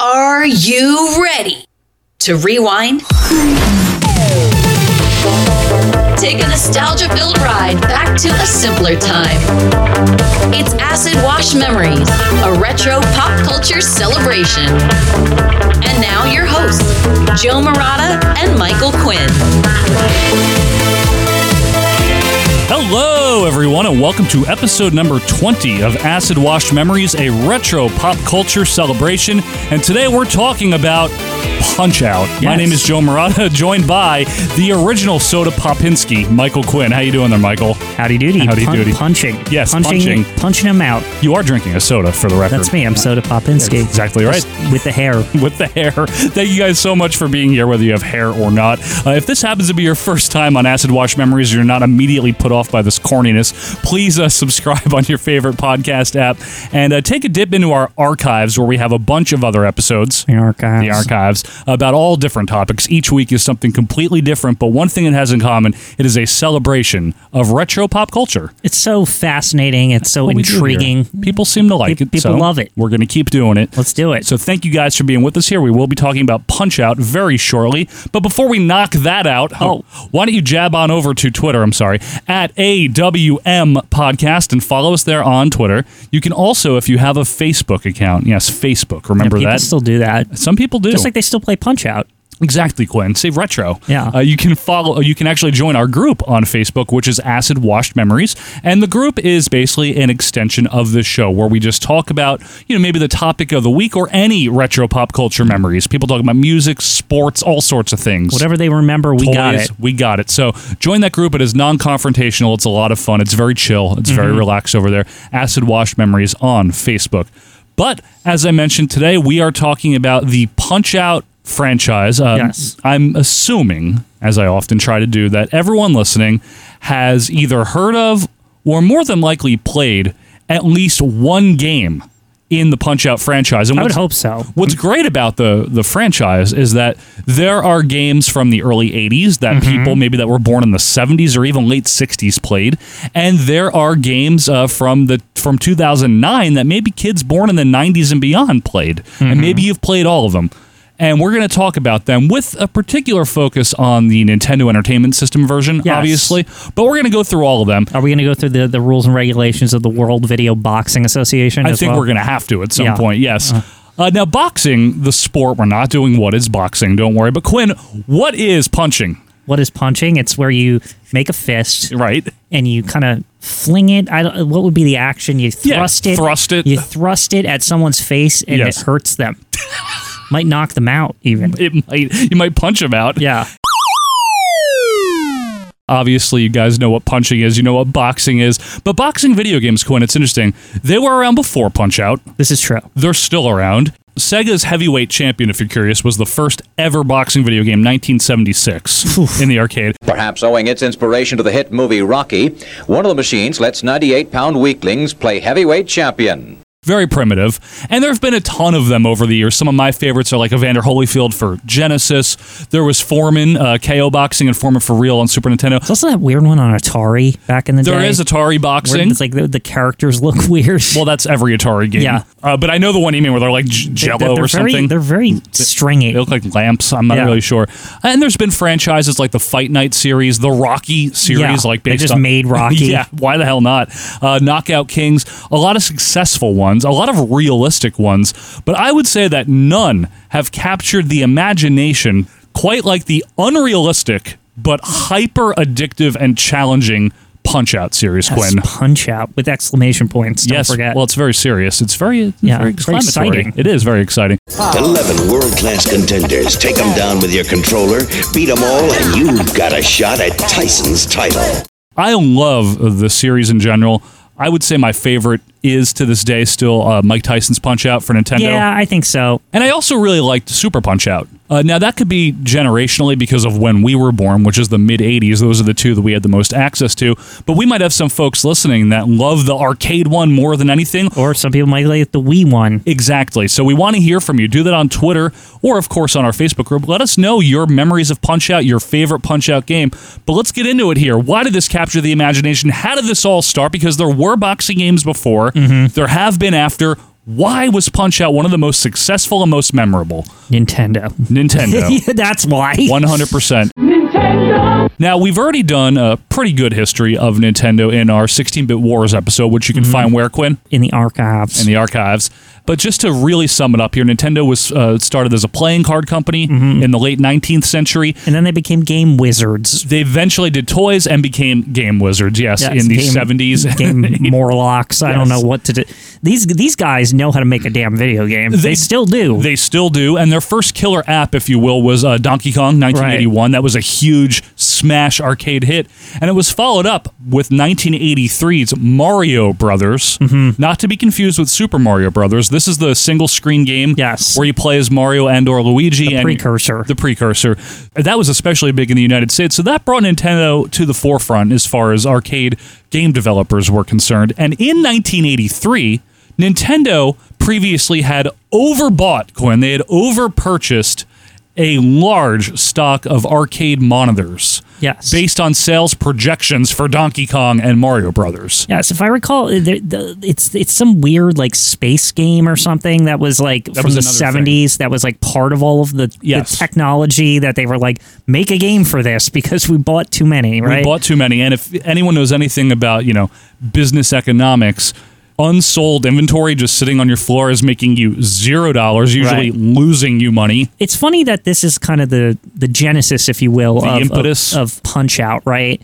Are you ready to rewind? Take a nostalgia filled ride back to a simpler time. It's Acid Wash Memories, a retro pop culture celebration. And now, your hosts, Joe Murata and Michael Quinn. Hello, everyone, and welcome to episode number 20 of Acid Wash Memories, a retro pop culture celebration. And today we're talking about Punch Out. My Yes. name is Joe Murata, joined by the original Soda Popinski, Michael Quinn. How you doing there, Michael? Howdy doody. Howdy doody. Punching. Yes, punching. punching. Punching him out. You are drinking a soda, for the record. That's me. I'm Soda Popinski. Exactly right. Just With the hair. with the hair. Thank you guys so much for being here, whether you have hair or not. Uh, if this happens to be your first time on Acid Wash Memories, you're not immediately put off by this corniness. Please uh, subscribe on your favorite podcast app and uh, take a dip into our archives where we have a bunch of other episodes. The archives. The archives about all different topics. Each week is something completely different, but one thing it has in common it is a celebration of retro pop culture. It's so fascinating. It's so What we do here. intriguing. People seem to like Pe- it. people so love it. We're going to keep doing it. Let's do it. So thank you guys for being with us here. We will be talking about Punch Out very shortly. But before we knock that out, Oh. why don't you jab on over to Twitter? I'm sorry, at AWM Podcast and follow us there on Twitter. You can also, if you have a Facebook account, yes, Facebook, And remember people that? still do that. Some people do. Just like they still play Punch Out. Exactly, Quinn. Say retro. Yeah. Uh, you can follow. You can actually join our group on Facebook, which is Acid Washed Memories, and the group is basically an extension of the show where we just talk about, you know, maybe the topic of the week or any retro pop culture memories. People talk about music, sports, all sorts of things. Whatever they remember, we got Toys, it. We got it. So join that group. It is non-confrontational. It's a lot of fun. It's very chill. It's Mm-hmm. very relaxed over there. Acid Wash Memories on Facebook. But as I mentioned today, we are talking about the Punch Out franchise. Um, Yes. I'm assuming, as I often try to do, that everyone listening has either heard of or more than likely played at least one game in the Punch Out franchise. And I would what's- hope so. What's great about the the franchise is that there are games from the early 80s that people maybe that were born in the 70s or even late 60s played, and there are games uh, from the from 2009 that maybe kids born in the 90s and beyond played, and maybe you've played all of them. And we're going to talk about them with a particular focus on the Nintendo Entertainment System version, Yes. obviously. But we're going to go through all of them. Are we going to go through the, the rules and regulations of the World Video Boxing Association? I as think well? we're going to have to at some Yeah. Uh-huh. point. Yes. Uh, now, boxing, the sport, we're not doing what is boxing, don't worry. But, Quinn, what is punching? What is punching? It's where you make a fist Right? and you kind of fling it. I don't, what would be the action? You Yeah, thrust it. thrust it. You thrust it at someone's face and Yes. it hurts them. Might knock them out even. It might You might punch him out. Yeah. Obviously, you guys know what punching is. You know what boxing is. But boxing video games, Quinn, it's interesting. They were around before Punch Out. This is true. They're still around. Sega's Heavyweight Champion, if you're curious, was the first ever boxing video game, 1976, in the arcade. Perhaps owing its inspiration to the hit movie Rocky, one of the machines lets 98 pound weaklings play heavyweight champion. very primitive. And there have been a ton of them over the years. Some of my favorites are like Evander Holyfield for Genesis. There was Foreman, uh, KO Boxing, and Foreman for Real on Super Nintendo. It's also that weird one on Atari back in the day. There is Atari where Boxing. It's like the, the characters look weird. Well, that's every Atari game. Yeah. Uh, but I know the one you mean where they're like j- They- Jello they're or very, something. They're very stringy. They look like lamps. I'm not Yeah. really sure. And there's been franchises like the Fight Night series, the Rocky series, Yeah, like they based just on- made Rocky. yeah, why the hell not? Uh, Knockout Kings, a lot of successful ones, a lot of realistic ones, but I would say that none have captured the imagination quite like the unrealistic but hyper addictive and challenging Punch Out series, That's Quinn. punch out with exclamation points. Don't yes, forget. well, it's very serious. It's very, it's Yeah, very it's very exclamatory. exciting. It is very exciting. 11 world-class contenders. Take them down with your controller, beat them all, and you've got a shot at Tyson's title. I love the series in general. I would say my favorite is to this day still uh, Mike Tyson's Punch Out for Nintendo. yeah, I think so. And I also really liked Super Punch Out. Uh, now, that could be generationally because of when we were born, which is the mid 80s. Those are the two that we had the most access to. But we might have some folks listening that love the arcade one more than anything. Or some people might like the Wii one. Exactly. So we want to hear from you. Do that on Twitter or, of course, on our Facebook group. Let us know your memories of Punch Out, your favorite Punch Out game. But let's get into it here. Why did this capture the imagination? How did this all start? Because there were boxing games before, there have been after. Why was Punch Out one of the most successful and most memorable? Nintendo. Nintendo. Yeah, That's why. 100%. Now, we've already done a pretty good history of Nintendo in our 16 bit wars episode, which you can find where, Quinn? in the archives. in the archives. But just to really sum it up here, Nintendo was uh, started as a playing card company Mm-hmm. in the late 19th century. and then they became game wizards. They eventually did toys and became game wizards. Yes, Yes, in the game- 70s. game Morlocks. I don't know Yes. what to do. These these guys know how to make a damn video game. They, still do. They still do. And their first killer app, if you will, was uh, Donkey Kong 1981. That was a huge smash arcade hit. And it was followed up with 1983's Mario Brothers, Mm-hmm. not to be confused with Super Mario Brothers. This is the single screen game Yes. where you play as Mario and or Luigi. and precursor. The precursor. That was especially big in the United States. So that brought Nintendo to the forefront as far as arcade game developers were concerned. And in 1983, Nintendo previously had overbought Quinn. They had overpurchased a large stock of arcade monitors. Yes. Based on sales projections for Donkey Kong and Mario Brothers. yes, if I recall, the, the, it's it's some weird like space game or something that was like from was another the thing. seventies. That was like part of all of the, Yes. the technology that they were like make a game for this because we bought too many. Right? We bought too many. And if anyone knows anything about, you know, business economics, unsold inventory just sitting on your floor is making you zero dollars, usually Right. losing you money. it's funny that this is kind of the the genesis, if you will, The of, impetus. of, of Punch Out, right?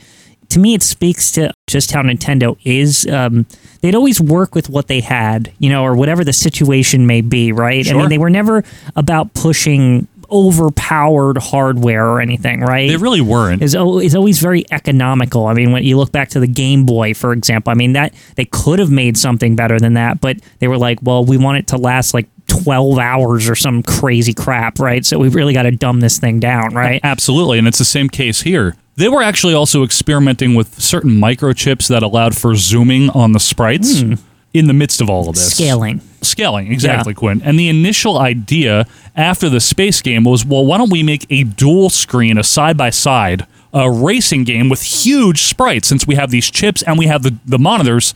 To me, it speaks to just how Nintendo is. Um, they'd always work with what they had, you know, or whatever the situation may be, right? I Sure. mean, they were never about pushing overpowered hardware or anything, right? They really weren't. is, al- is always very economical. I mean, when you look back to the Game Boy, for example, I mean that they could have made something better than that, but they were like, well, we want it to last like 12 hours or some crazy crap, right? So we really got to dumb this thing down, right? Absolutely. And it's the same case here. They were actually also experimenting with certain microchips that allowed for zooming on the sprites Hmm. in the midst of all of this. Scaling. Scaling, exactly, Quinn. And the initial idea after the space game was well, why don't we make a dual screen, a side by side, a racing game with huge sprites since we have these chips and we have the, the monitors.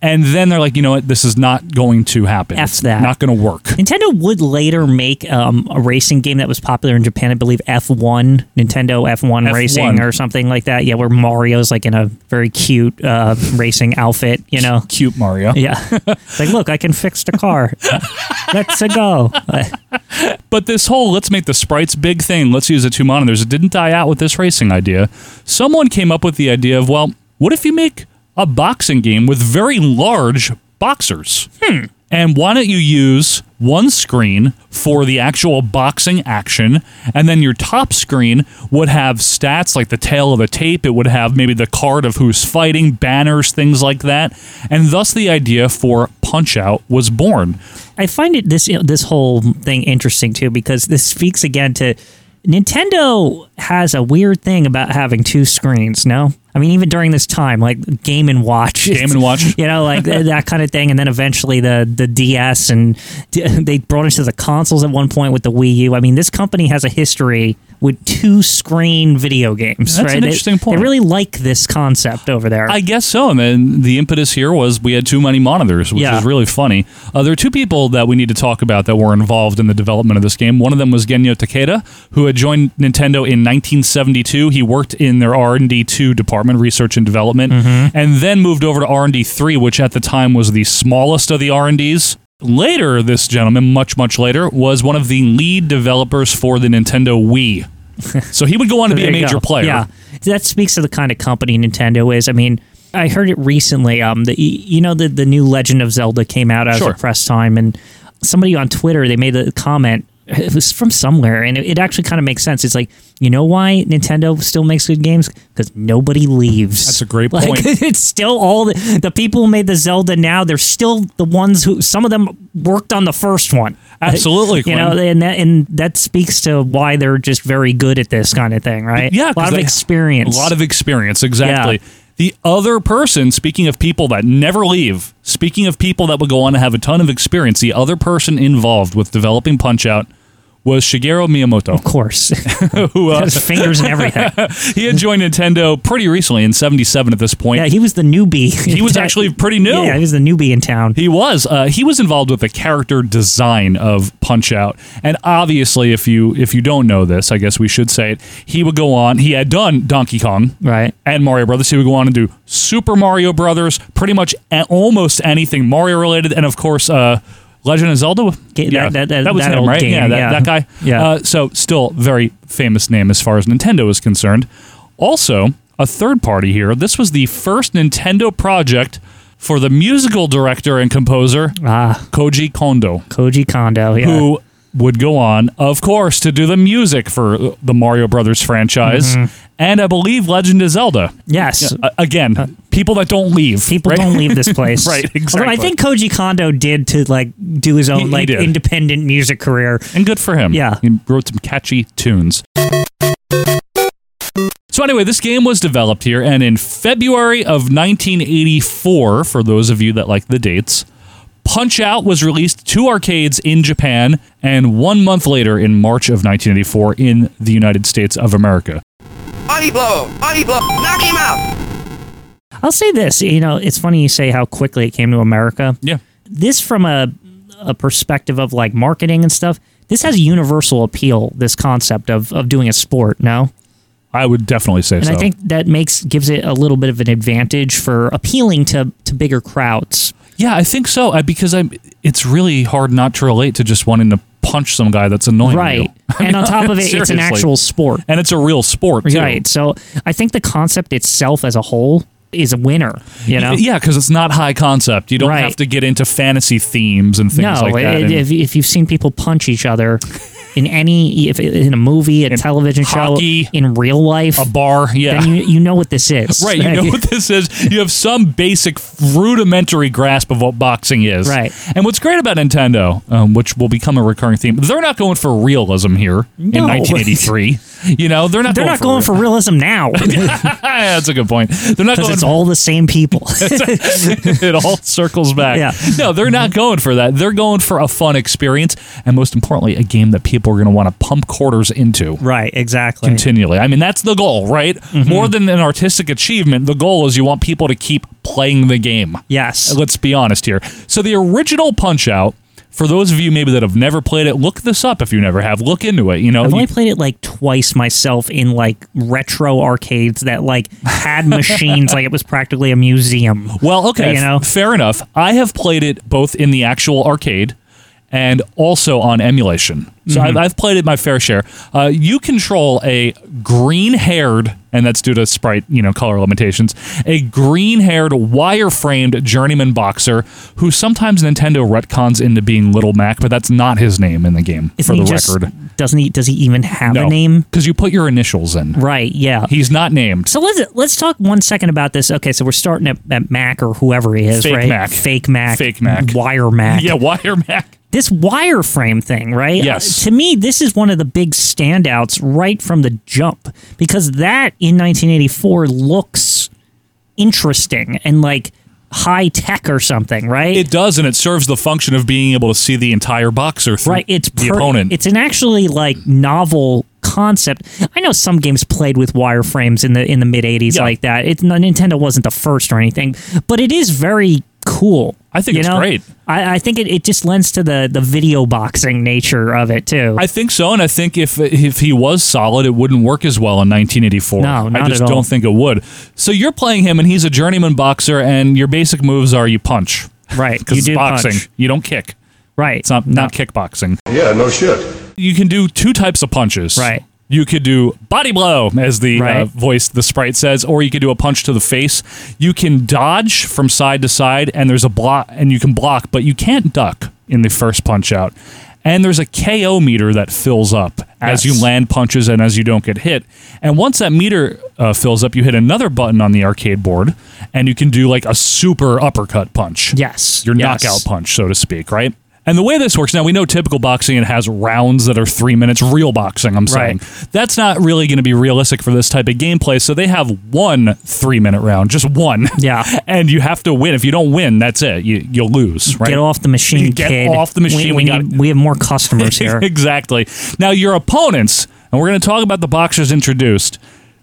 And then they're like, you know what? This is not going to happen. Mm-hmm. F it's that. not going to work. Nintendo would later make um, a racing game that was popular in Japan, I believe F1, Nintendo F1, F1. Racing or something like that. Yeah, where Mario's like in a very cute uh, racing outfit, you know? Cute Mario. Yeah. It's like, look, I can fix the car. Let's go. But this whole let's make the sprites big thing, let's use the two monitors, it didn't die out with this racing idea. Someone came up with the idea of, well, what if you make a boxing game with very large boxers? Hmm. And why don't you use one screen for the actual boxing action, and then your top screen would have stats like the tail of the tape, it would have maybe the card of who's fighting, banners, things like that. And thus the idea for Punch Out was born. I find it this this whole thing interesting too because this speaks again to Nintendo has a weird thing about having two screens. No, I mean even during this time, like Game and Watch, Game and Watch. you know, like th- that kind of thing, and then eventually the the DS and d- they brought it to the consoles at one point with the Wii U. I mean, this company has a history with two screen video games. That's an right? They- interesting point. They really like this concept over there. I guess so. And then the impetus here was we had too many monitors, which Yeah. is really funny. Uh, there are two people that we need to talk about that were involved in the development of this game. One of them was Genyo Takeda, who had joined Nintendo in 1972. He worked in their R&D 2 department, research and development, Mm-hmm. and then moved over to R&D 3, which at the time was the smallest of the R&Ds. Later, this gentleman, much, much later, was one of the lead developers for the Nintendo Wii. So he would go on to be a There you major go. player. Yeah, that speaks to the kind of company Nintendo is. I mean, I heard it recently. Um, the you know the the new Legend of Zelda came out as Sure. a press time, and somebody on Twitter they made a comment. It was from somewhere, and it, it actually kind of makes sense. It's like you know why Nintendo still makes good games because nobody leaves. That's a great Like, point. it's still all the, the people who made the Zelda now. They're still the ones who some of them worked on the first one. Absolutely, you know, Quinn. and that and that speaks to why they're just very good at this kind of thing, right? Yeah, a 'cause lot of they- experience. A lot of experience, exactly. Yeah. The other person, speaking of people that never leave, speaking of people that would go on to have a ton of experience, the other person involved with developing Punch Out was Shigeru Miyamoto, Of course. who uh, His fingers and everything. he had joined Nintendo pretty recently in '77 at this point. Yeah, he was the newbie. He was actually pretty new. Yeah, he was the newbie in town. He was. Uh, he was involved with the character design of Punch Out, and obviously, if you if you don't know this, I guess we should say it. He would go on. He had done Donkey Kong, Right. and Mario Brothers. He would go on and do Super Mario Brothers, pretty much a- almost anything Mario related, and of course, uh, Legend of Zelda. Ga- that- that- that- was that him, old right? game, yeah, that, yeah. that guy. Yeah. Uh, so, still very famous name as far as Nintendo is concerned. Also, a third party here. This was the first Nintendo project for the musical director and composer Ah, Koji Kondo, Koji Kondo. Yeah. who would go on, of course, to do the music for the Mario Brothers franchise, Mm-hmm. and I believe Legend of Zelda. yes. Uh, again, people that don't leave. People right? don't leave this place. Right, Although exactly. I think Koji Kondo did to like do his own He- he like did. independent music career. and good for him. Yeah. He wrote some catchy tunes. So anyway, this game was developed here, and in February of 1984, for those of you that like the dates, Punch Out was released to arcades in Japan, and one month later, in March of 1984, in the United States of America. Body blow! Body blow! Knock him out! I'll say this, you know, it's funny you say how quickly it came to America. Yeah, This from a a perspective of like marketing and stuff, this has universal appeal, this concept of of doing a sport, no? I would definitely say And so. I think that makes gives it a little bit of an advantage for appealing to to bigger crowds. yeah, I think so, I, because I'm. It's really hard not to relate to just wanting to punch some guy that's annoying. you. Right. And on top of it, it's an Seriously. actual sport. and it's a real sport, too. Right. So I think the concept itself as a whole is a winner, you know? Yeah, because it's not high concept. You don't Right. have to get into fantasy themes and things No, like that. i- and if, if you've seen people punch each other in any, if in a movie, a television hockey. show, in real life, a bar, yeah. then you, you know what this is. Right, you know what this is. You have some basic, rudimentary grasp of what boxing is. Right. And what's great about Nintendo, um, which will become a recurring theme, they're not going for realism here in No. 1983. you know, they're not. They're going not for going for realism now because That's a good point. They're not going it's all the same people. it all circles back. Yeah. No, they're not going for that. They're going for a fun experience, and most importantly, a game that people are going to want to pump quarters into. right, exactly. continually. I mean, that's the goal, right? More than an artistic achievement, the goal is you want people to keep playing the game. Yes. Let's be honest here. So the original Punch Out, for those of you maybe that have never played it, look this up if you never have. Look into it. You know, I've oh, you- only played it like twice myself in like retro arcades that like had machines like it was practically a museum. Well, okay, You know? fair enough. I have played it both in the actual arcade and also on emulation. So Mm-hmm. I've, I've played it my fair share. Uh, you control a green-haired, and that's due to sprite, you know, color limitations. A green-haired, wire-framed journeyman boxer who sometimes Nintendo retcons into being Little Mac, but that's not his name in the game. Isn't for he the just- record, Doesn't he? Does he even have a name? because you put your initials in. Right. Yeah. He's not named. So let's let's talk one second about this. Okay, so we're starting at, at Mac or whoever he is, Fake right? Mac. Fake Mac, Fake Mac. Wire Mac. Yeah, Wire Mac. This wireframe thing, right? Yes. Uh, to me, this is one of the big standouts right from the jump because that in 1984 looks interesting and like high tech or something, right? It does, and it serves the function of being able to see the entire boxer through right. It's the per- opponent. It's an actually like novel concept. I know some games played with wireframes in the in the mid 80s Yeah. like that. It's not- Nintendo wasn't the first or anything, but it is very cool. I think you it's know? great. I, I think it, it just lends to the the video boxing nature of it too. I think so, and I think if if he was solid, it wouldn't work as well in 1984. No, I not just at all. don't think it would. So you're playing him, and he's a journeyman boxer, and your basic moves are you punch right. because you it's do boxing. punch. You don't kick. Right. It's not not kickboxing. Yeah, no shit. You can do two types of punches. Right. You could do body blow, as the uh, Right. voice, the sprite says, or you could do a punch to the face. You can dodge from side to side, and there's a block, and you can block, but you can't duck in the first punch out. And there's a KO meter that fills up as Yes. you land punches and as you don't get hit. And once that meter uh, fills up, you hit another button on the arcade board, and you can do like a super uppercut punch Yes. your yes. knockout punch, so to speak, right? And the way this works now, we know typical boxing it has rounds that are three minutes. Real boxing, I'm saying Right. that's not really going to be realistic for this type of gameplay. So they have one three minute round, just one. Yeah. and you have to win. If you don't win, that's it. You you'll lose. Right? Get off the machine, Get kid. off the machine. We We, we, gotta- need, we have more customers here. exactly. Now your opponents, and we're going to talk about the boxers introduced.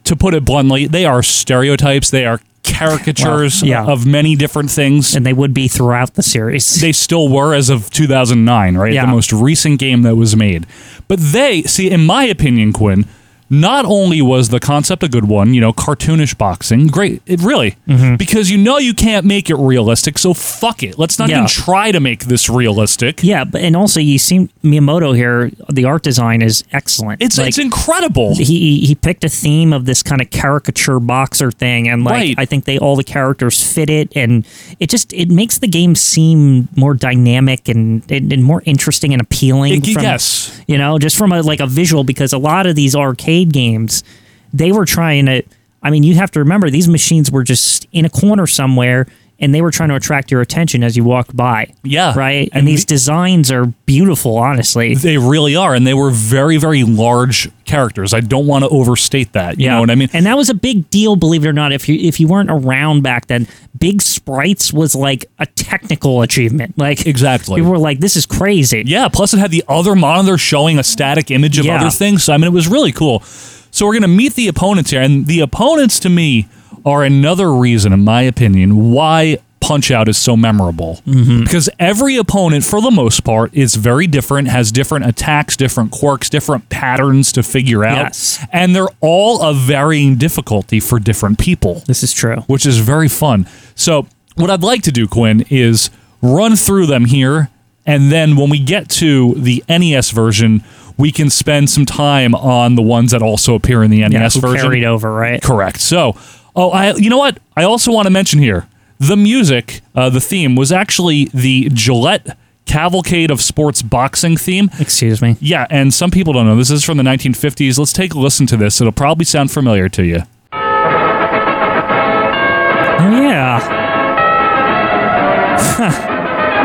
To put it bluntly, they are stereotypes. They are caricatures Well, yeah. of many different things. and they would be throughout the series. they still were as of 2009, right? Yeah. The most recent game that was made. But they, see, in my opinion, Quinn, not only was the concept a good one, you know, cartoonish boxing, great, it really, Mm-hmm. because you know you can't make it realistic, so fuck it. Let's not even Yeah. try to make this realistic. yeah, but, and also you seem Miyamoto here. The art design is excellent. It's, Like, it's incredible. he he picked a theme of this kind of caricature boxer thing and like Right. i think they all the characters fit it and it just it makes the game seem more dynamic and and, and more interesting and appealing It- from, yes. you know just from a like a visual because a lot of these arcade games they were trying to i mean you have to remember these machines were just in a corner somewhere and they were trying to attract your attention as you walked by Yeah. right and, And these the- designs are beautiful honestly They really are, and they were very, very large characters. I don't want to overstate that. You know what I mean? And that was a big deal, believe it or not. If you if you weren't around back then, big sprites was like a technical achievement. Like Exactly. people were like, "This is crazy." Yeah, plus it had the other monitor showing a static image of Yeah. other things. So I mean it was really cool. So we're gonna meet the opponents here, and the opponents to me are another reason, in my opinion, why Punch Out is so memorable. Mm-hmm. Because every opponent, for the most part, is very different, has different attacks, different quirks, different patterns to figure out. Yes. And they're all of varying difficulty for different people this is true. which is very fun. So, what I'd like to do, Quinn, is run through them here, and then when we get to the NES version, we can spend some time on the ones that also appear in the NES who version. carried over, right? Correct. So, oh, I, you know what? I also want to mention here the music, uh, the theme was actually the Gillette Cavalcade of Sports boxing theme. Excuse me. Yeah, and some people don't know. This is from the 1950s. Let's take a listen to this. It'll probably sound familiar to you. Oh, yeah.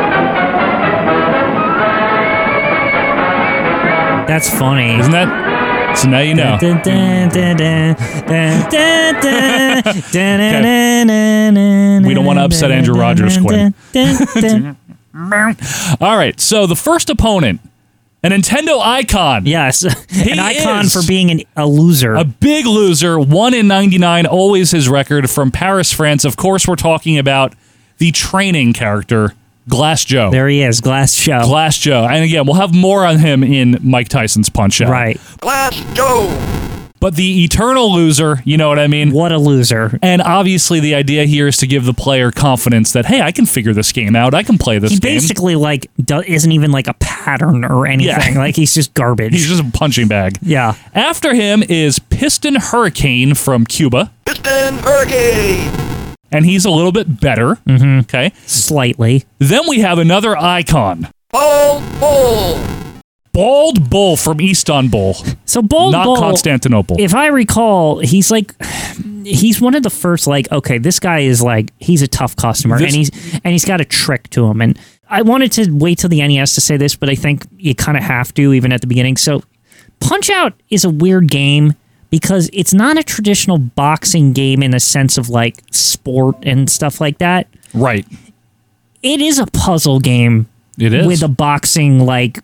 Huh. That's funny. Isn't that? So now you know. Dun, dun, dun, dun, dun, dun, dun, dun, dun, Okay. dun, dun, dun, We don't wanna upset dun, Andrew dun, Rogers, dun, Quinn. dun, dun. All right, so the first opponent, a Nintendo icon, Yes, an icon is. for being an, a loser. a big loser, one in '99, always his record from Paris, France. Of course, we're talking about the training character Glass Joe. there he is, Glass Show. Glass Joe, and again, we'll have more on him in Mike Tyson's Punch Out. right. Glass Joe. but the eternal loser, you know what I mean? What a loser. And obviously, the idea here is to give the player confidence that hey, I can figure this game out. I can play this He game. basically like do, isn't even like a pattern or anything. Like he's just garbage. He's just a punching bag. yeah. After him is Piston Hurricane from Cuba. Piston Hurricane. and he's a little bit better. Mm-hmm. Okay. Slightly. Then we have another icon, Bull Bull. Bald Bull from Istanbul, So Bold not Bull, Constantinople. If I recall, he's like he's one of the first like okay, this guy is like he's a tough customer This- and he's and he's got a trick to him and I wanted to wait till the NES to say this, but I think you kind of have to even at the beginning. So Punch Out is a weird game because it's not a traditional boxing game in the sense of like sport and stuff like that. right. It is a puzzle game It is. with a boxing like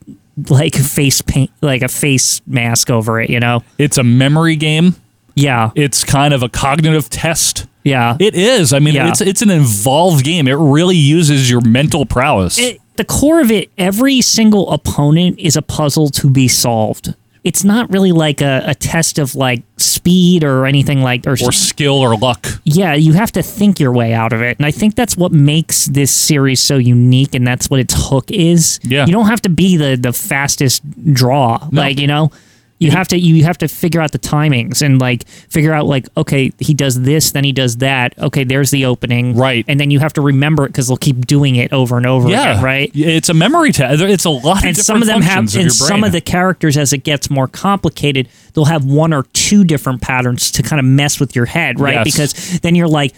like face paint like a face mask over it, you know? it's a memory game. Yeah. It's kind of a cognitive test. yeah. It is. I mean, Yeah. it's it's an involved game. It really uses your mental prowess. it- the core of it, every single opponent is a puzzle to be solved. It's not really like a, a test of like speed or anything like or, or skill or luck. yeah, you have to think your way out of it. And I think that's what makes this series so unique and that's what its hook is. Yeah. You don't have to be the the fastest draw. Like, you know, you have to you have to figure out the timings and like figure out like okay he does this then he does that okay there's the opening Right. and then you have to remember it because they'll keep doing it over and over Yeah. again right It's a memory test. It's a lot of different and some of them have functions of and your some brain. of the characters as it gets more complicated they'll have one or two different patterns to kind of mess with your head Yes. right because then you're like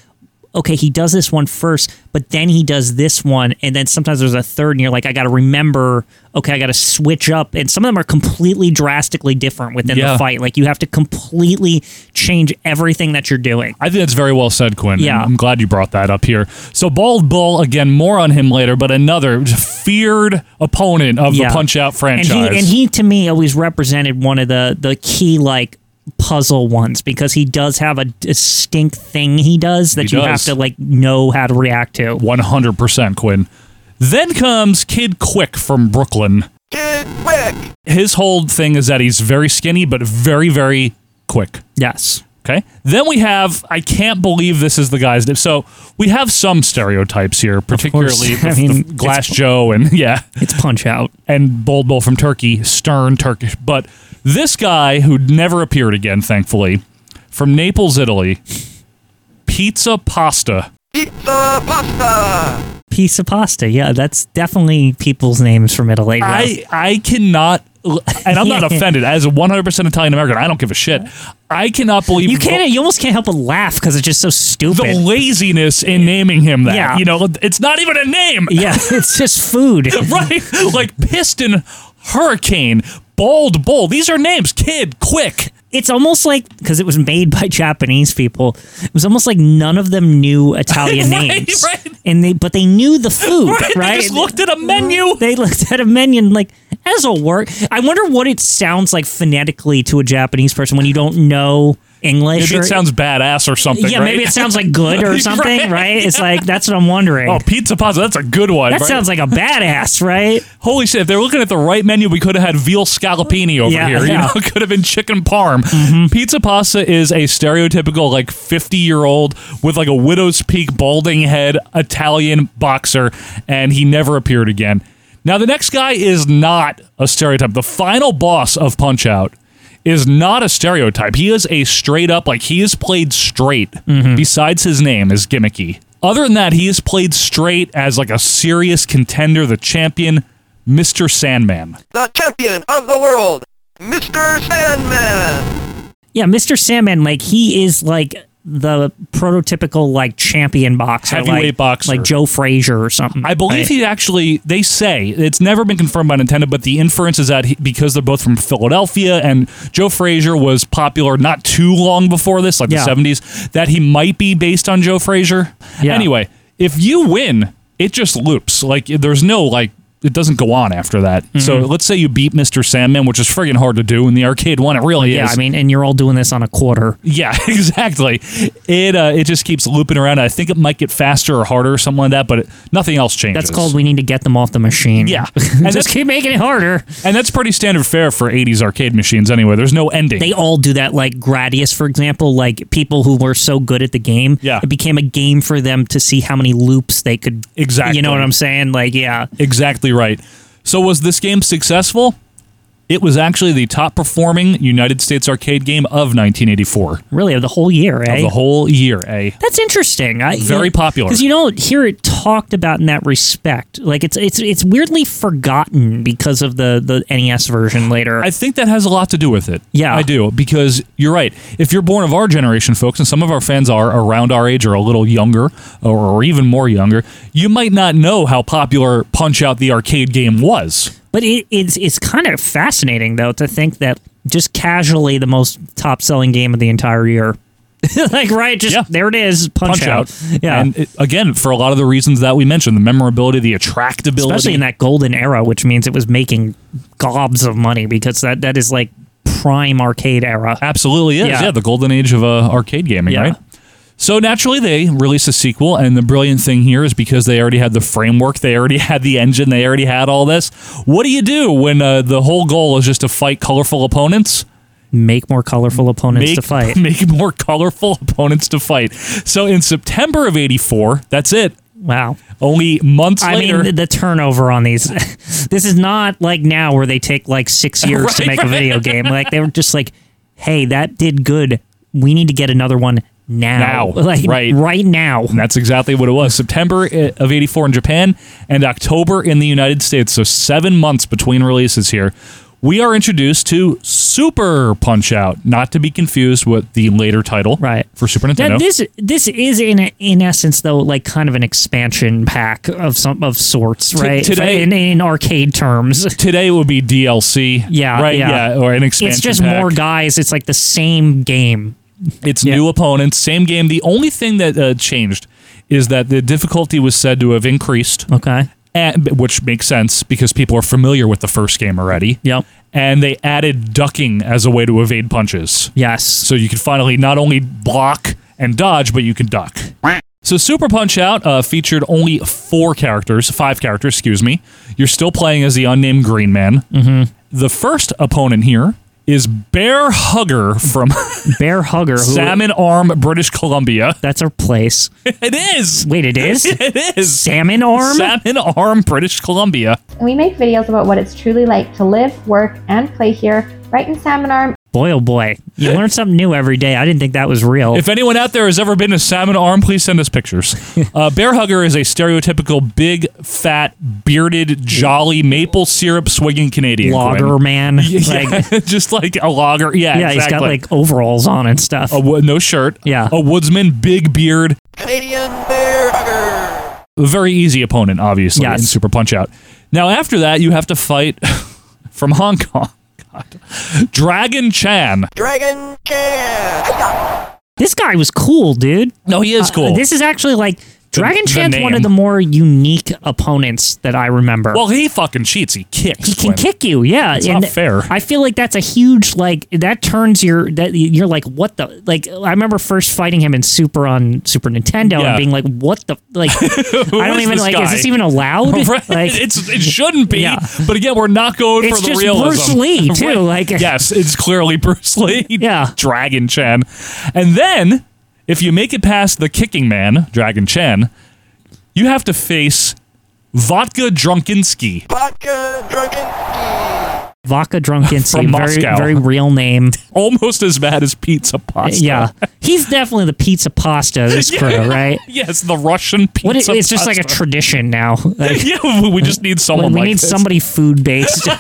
okay, he does this one first, but then he does this one, and then sometimes there's a third, and you're like, I got to remember, okay, I got to switch up, and some of them are completely drastically different within Yeah. the fight. Like you have to completely change everything that you're doing. I think that's very well said, Quinn. Yeah. I'm glad you brought that up here. So, Bald Bull, again, more on him later, but another feared opponent of Yeah. the Punch Out franchise. And he, and he to me always represented one of the the key like puzzle ones because he does have a distinct thing he does that He you does. have to like know how to react to. 100% Quinn. Then comes Kid Quick from Brooklyn. Kid Quick! His whole thing is that he's very skinny, but very, very quick. Yes. Okay. Then we have, I can't believe this is the guy's name. So we have some stereotypes here, particularly I the- the mean, Glass Joe and, yeah, It's punch out. and Bold Bull from Turkey, stern Turkish. But this guy who never appeared again, thankfully, from Naples, Italy, Pizza Pasta. Pizza pasta! Piece of pasta. Yeah, that's definitely people's names from Italy. yeah. I I cannot, and I'm not offended. As a 100% Italian American, I don't give a shit. I cannot believe you can't you almost can't help but laugh because it's just so The, stupid. the laziness in naming him that. Yeah. You know, it's not even a name. yeah, it's just food. right? Like Piston, Hurricane, Bald Bull. These are names. Kid, Quick. It's almost like because it was made by Japanese people. It was almost like none of them knew Italian Right, names, right. and they but they knew the food, Right? right? They just looked at a menu. They looked at a menu and like that'll work. I wonder what it sounds like phonetically to a Japanese person when you don't know English. Maybe or- it sounds badass or something. yeah, right? maybe it sounds like good or something, Right, right? It's like that's what I'm wondering. Oh, pizza pasta. That's a good one. that right? sounds like a badass, right? Holy shit! If they're looking at the right menu, we could have had veal scallopini over Yeah, here. You yeah. know, it could have been chicken parm. Pizza pasta is a stereotypical like fifty-year-old with like a widow's peak, balding head, Italian boxer, and he never appeared again. Now the next guy is not a stereotype. The final boss of Punch Out is not a stereotype. He is a straight up like he is played straight. Besides his name is gimmicky. Other than that, he is played straight as like a serious contender, the champion, Mr. Sandman. The champion of the world, Mr. Sandman! Yeah, Mr. Sandman, like he is like the prototypical like champion boxer, Heavyweight like, boxer. like Joe Frazier or something. I believe right? he actually, they say, it's never been confirmed by Nintendo, but the inference is that he, because they're both from Philadelphia and Joe Frazier was popular not too long before this, like Yeah. the 70s, that he might be based on Joe Frazier. Yeah. Anyway, if you win, it just loops. Like, there's no, like, it doesn't go on after that. So Mm-hmm. let's say you beat Mr. Sandman, which is friggin' hard to do in the arcade one. It really Yeah, is. I mean, and you're all doing this on a quarter. Yeah, exactly. It uh, it just keeps looping around. I think it might get faster or harder or something like that, but it, nothing else changes. That's called we need to get them off the machine. Yeah. And and that's- just keep making it harder. and that's pretty standard fare for '80s arcade machines. Anyway, there's no ending. They all do that, like Gradius, for example, like people who were so good at the game. Yeah. It became a game for them to see how many loops they could. Exactly. You know what I'm saying? Like, yeah. exactly right. So was this game successful? It was actually the top performing United States arcade game of 1984 Really, of the whole year, eh? of the whole year. Eh? That's interesting. I, Very popular. because you don't hear it talked about in that respect. Like it's it's it's weirdly forgotten because of the the NES version later. I think that has a lot to do with it. Yeah. I do because you're right. If you're born of our generation, folks, and some of our fans are around our age or a little younger or, or even more younger, you might not know how popular Punch Out the arcade game was. but it, it's it's kind of fascinating though to think that just casually the most top selling game of the entire year. like right, just Yeah. there it is, punch, Punch out. Yeah. and it- again for a lot of the reasons that we mentioned, the memorability, the attractability, Especially in that golden era, which means it was making gobs of money because that, that is like prime arcade era. Absolutely is. Yeah, Yeah. the golden age of uh, arcade gaming, Yeah. right? So naturally, they released a sequel, and the brilliant thing here is because they already had the framework, they already had the engine, they already had all this. What do you do when uh, the whole goal is just to fight colorful opponents? Make more colorful opponents Make to fight. make more colorful opponents to fight. So in September of '84, that's it. Wow. Only months I later, mean, the, the turnover on these. this is not like now where they take like six years to Right, make a video game. Like they were just like, hey, that did good. We need to get another one now. Now, Like right. right now. And that's exactly what it was. September i- of 84 in Japan and October in the United States. So seven months between releases here, we are introduced to Super Punch Out, not to be confused with the later title Right. for Super Nintendo. Now, this this is in in essence though like kind of an expansion pack of some of sorts, right? today- in, in arcade terms. Today would be DLC. Yeah, Right? yeah. or an expansion. It's just pack. more guys. It's like the same game. It's Yeah. new opponents, same game. The only thing that uh, changed is that the difficulty was said to have increased, Okay. and, which makes sense because people are familiar with the first game already. Yep. And they added ducking as a way to evade punches. Yes. So you can finally not only block and dodge, but you can duck. So Super Punch Out uh, featured only four characters, five characters, excuse me. You're still playing as the unnamed Green Man. Mm-hmm. The first opponent here is Bear Hugger from Bear Hugger. Who, Salmon Arm, British Columbia. That's a place. It is. Wait, it is? It is. Salmon Arm? Salmon Arm, British Columbia. and we make videos about what it's truly like to live, work, and play here, right in Salmon Arm boy, oh boy. You learn something new every day. I didn't think that was real. If anyone out there has ever been to Salmon Arm, please send us pictures. Uh, Bear Hugger is a stereotypical big, fat, bearded, jolly, maple syrup swigging Canadian. Logger Quinn. man. Yeah, Like, just like a logger. Yeah, yeah, exactly. he's got like overalls on and stuff. a wo- no shirt. Yeah. a woodsman, big beard, Canadian bear hugger. a very easy opponent, obviously, Yes. in Super Punch Out. Now, after that, you have to fight from Hong Kong. God. Dragon Chan. Dragon can. This guy was cool, dude. No, he is cool. Uh, This is actually like Dragon the Chan's one name. of the more unique opponents that I remember. well, he fucking cheats. He kicks. he can Quinn. kick you, yeah. It's and not fair. I feel like that's a huge like that turns your that you're like what the like I remember first fighting him in Super on Super Nintendo Yeah. and being like what the like I don't is even this like is guy? this even allowed? Right? Like it's it shouldn't be. Yeah. But again, we're not going It's for the just realism. Bruce Lee, too, like- yes, it's clearly Bruce Lee. Yeah. Dragon Chan, and then if you make it past the kicking man, Dragon Chan, you have to face Vodka Drunkinsky. Vodka drunken. Vodka Drunkinsky, From very Moscow. very real name. almost as bad as pizza pasta. Yeah, he's definitely the pizza pasta of this crew, right? Yes, the Russian pizza. What it, it's just like a pasta. tradition now. Like, yeah, we- we just need someone. we like need this. somebody food based,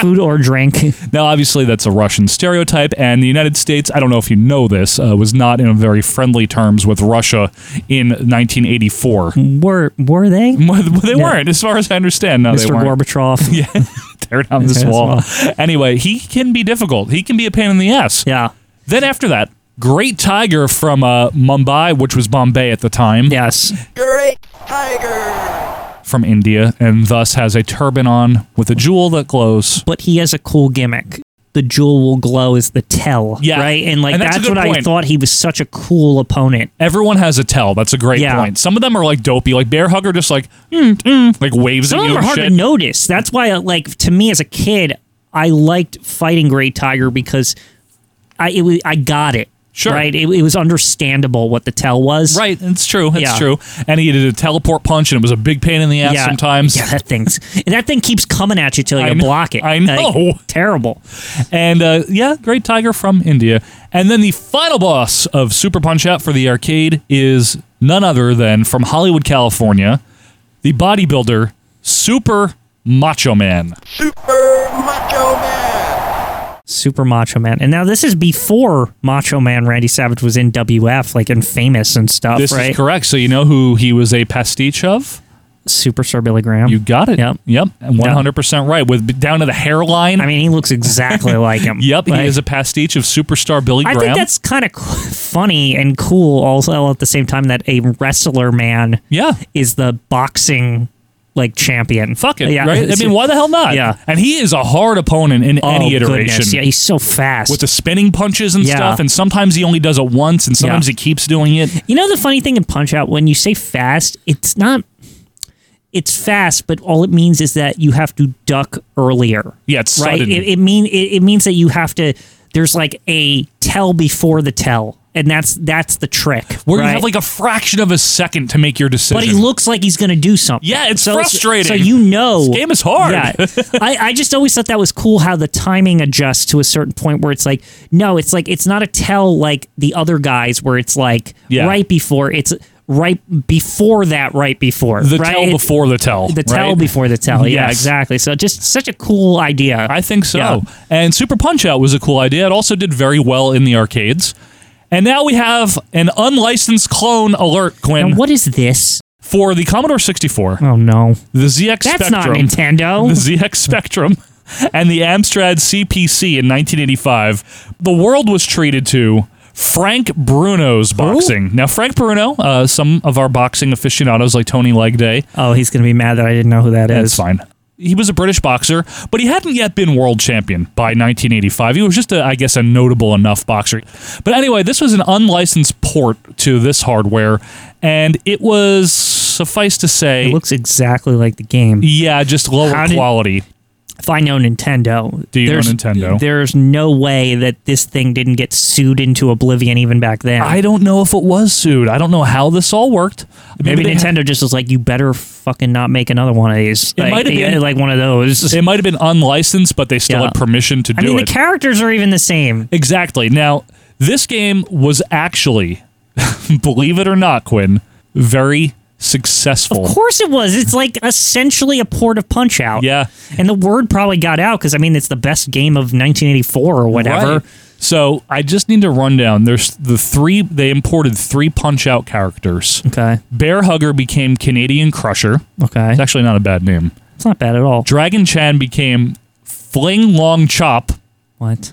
food or drink. Now, obviously, that's a Russian stereotype, and the United States, I don't know if you know this, uh, was not in very friendly terms with Russia in 1984. They Were were they, weren't, as far as I understand. No, they Mr. weren't. Gorbachev? Yeah. Tear down this Yes, wall. well. Anyway, he can be difficult. He can be a pain in the ass. yeah. Then after that, Great Tiger from uh, Mumbai, which was Bombay at the time, Yes. Great tiger. from India, and thus has a turban on with a jewel that glows. But he has a cool gimmick. The jewel will glow is the tell. Yeah. Right? And like And that's that's, a good what I point. thought he was such a cool opponent. Everyone has a tell. That's a great Yeah. point. Some of them are like dopey, like Bear Hugger, just like mm, mm, like waves Some at of you. them are and hard shit. to notice. That's why like to me as a kid, I liked fighting Great Tiger because I it was, I got it. Sure. Right? It, it was understandable what the tell was. Right, it's true. It's Yeah. true. And he did a teleport punch, and it was a big pain in the ass sometimes. Yeah, that thing's and that thing keeps coming at you till I you kn- block it. I Like, know. terrible. And uh, yeah, great tiger from India. And then the final boss of Super Punch Out for the arcade is none other than from Hollywood, California, the bodybuilder Super Macho Man. Super macho man. Super Macho Man. And now this is before Macho Man Randy Savage was in WF, like in famous and stuff, This right? is correct. So you know who he was a pastiche of? Super Sir Billy Graham. You got it. Yep. Yep. One hundred percent right. With down to the hairline. I mean, he looks exactly like him. yep. Like, he is a pastiche of superstar Billy I Graham. think that's kind of funny and cool, also at the same time that a wrestler man yeah. is the boxing like champion. Fuck it, yeah. right? I mean, why the hell not? Yeah. And he is a hard opponent in Oh, any iteration. goodness. Yeah, he's so fast. With the spinning punches and Yeah. stuff, and sometimes he only does it once, and sometimes Yeah. he keeps doing it. You know the funny thing in Punch Out when you say fast, it's not. It's fast, but all it means is that you have to duck earlier. Yeah, it's right. sudden. It, it mean it, it means that you have to. There's like a tell before the tell, and that's that's the trick. Where right? you have like a fraction of a second to make your decision. but he looks like he's going to do something. Yeah, it's so, frustrating. So you know, This game is hard. Yeah, I, I just always thought that was cool how the timing adjusts to a certain point where it's like, no, it's like it's not a tell like the other guys where it's like Yeah. right before it's right before that, right before The right? tell before the tell. the tell right? before the tell. Yeah, Yes. exactly. So just such a cool idea. I think so. Yeah. And Super Punch Out was a cool idea. It also did very well in the arcades. And now we have an unlicensed clone alert, Quinn, and what is this? for the Commodore 64, Oh no, the ZX that's Spectrum, not Nintendo. the ZX Spectrum, and the Amstrad CPC in 1985. The world was treated to Frank Bruno's boxing. Now, Frank Bruno, uh, some of our boxing aficionados like Tony Legday, oh, he's gonna be mad that I didn't know who that that's is. fine. He was a British boxer, but he hadn't yet been world champion by 1985. He was just, a, I guess, a notable enough boxer. But anyway, this was an unlicensed port to this hardware, and it was, suffice to say, It looks exactly like the game. yeah, just lower How did- quality. If I know Nintendo, Do you know there's- Nintendo? There's no way that this thing didn't get sued into oblivion even back then. I don't know if it was sued. I don't know how this all worked. Maybe they- Nintendo just was like, you better fucking not make another one of these. It like, might have yeah, been- like one of those. It might have been unlicensed, but they still Yeah. had permission to I do mean, it. the characters are even the same. Exactly. Now, this game was actually, believe it or not, Quinn, very successful. Of course it was. It's like essentially a port of Punch Out. Yeah. And the word probably got out because I mean, it's the best game of 1984 or whatever. Right. So I just need to run down. There's the three. They imported three Punch Out characters. Okay. Bear Hugger became Canadian Crusher. Okay. It's actually not a bad name. It's not bad at all. Dragon Chan became Fling Long Chop, What?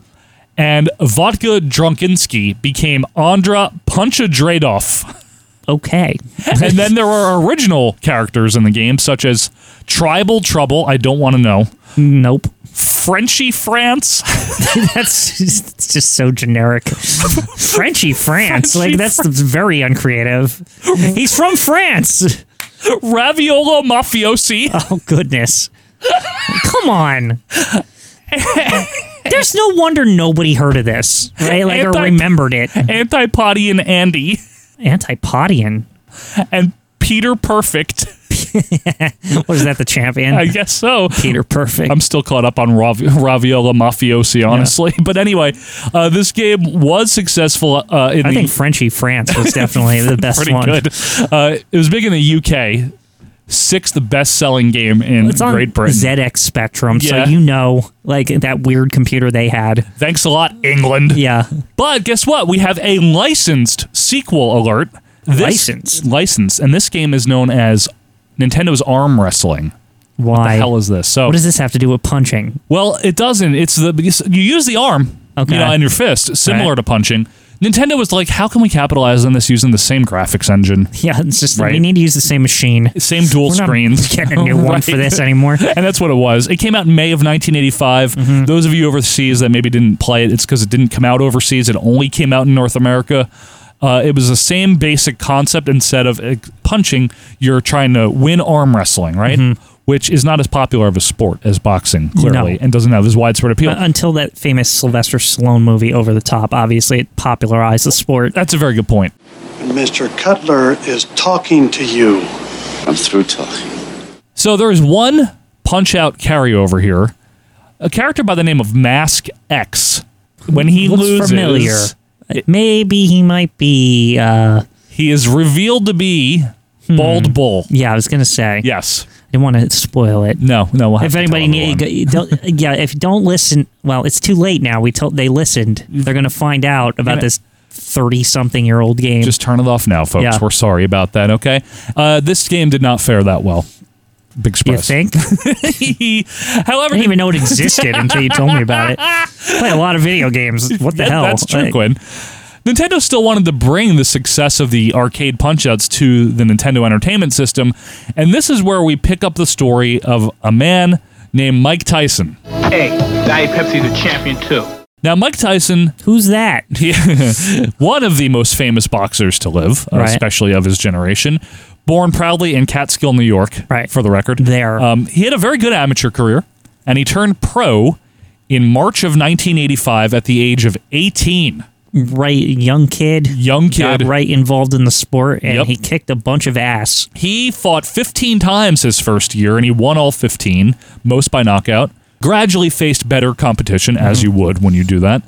and Vodka Drunkinsky became Andra Punchadradov. Okay. and then there were original characters in the game, such as Tribal Trouble. I don't want to know. nope. Frenchie France. That's just, it's just so generic. Frenchy France. Frenchy like, that's very uncreative. He's from France. Raviola Mafiosi. Oh goodness! Come on. There's no wonder nobody heard of this, right? Like Anti- or remembered it. Antipoddy and Andy. Antipodian. and Peter Perfect. What is that? The champion? I guess so. Peter Perfect. I'm still caught up on Ravi- Raviola Mafiosi, honestly. But anyway, uh, this game was successful uh, in I the think Frenchy France was definitely the best pretty one. good. Uh, it was big in the UK, sixth best-selling game in It's on Great Britain. ZX Spectrum, Yeah. so you know, like that weird computer they had. Thanks a lot, England. Yeah, But guess what? We have a licensed sequel alert. This, Licensed? licensed, and this game is known as Nintendo's Arm Wrestling. The why? hell is this? So what does this have to do with punching? Well, it doesn't. It's the because you use the arm, Okay. you know, and your fist, similar Right. to punching. Nintendo was like, how can we capitalize on this using the same graphics engine, Yeah, it's just Right. we need to use the same machine. same dual We're not screens? getting a new one for Right. this anymore. Mm-hmm. And that's what it was. It came out in May of 1985. Those of you overseas that maybe didn't play it, it's because it didn't come out overseas. It only came out in North America. Uh, it was the same basic concept. Instead of uh, punching, you're trying to win arm wrestling, right? Mm-hmm. Which is not as popular of a sport as boxing, clearly, and doesn't have as widespread appeal. Uh, until that famous Sylvester Stallone movie, Over the Top. Obviously, it popularized the sport. Uh, That's a very good point. Mr. Cutler is talking to you. I'm through talking. So there is one punch out carryover here. A character by the name of Mask X. When he Looks loses, familiar. uh, Maybe he might be. Uh, he is revealed to be Hmm. Bald Bull. yeah, I was gonna say. Yes. I didn't want to spoil it. No. No. We'll have If to anybody tell need, everyone. go- don't, yeah, if you don't listen, well, it's too late now. We told they listened. They're gonna find out about And it- this thirty-something-year-old game. just turn it off now, folks. Yeah. We're sorry about that. Okay. Uh, this game did not fare that well. Big you surprise. think? I However, didn't even know it existed until you told me about it. Play a lot of video games. What the Yeah, hell? That's true, Like, Quinn. Nintendo still wanted to bring the success of the arcade punch-outs to the Nintendo Entertainment System, and this is where we pick up the story of a man named Mike Tyson. Hey, Diet Pepsi's a champion too. Now, Mike Tyson, Who's that? one of the most famous boxers to live, uh, Right. especially of his generation, born proudly in Catskill, New York, Right. for the record. There. Um, he had a very good amateur career, and he turned pro in March of 1985 at the age of 18. right young kid Young got kid. right involved in the sport and Yep. he kicked a bunch of ass He fought 15 times his first year and he won all 15, most by knockout. Gradually faced better competition, as you would when you do that.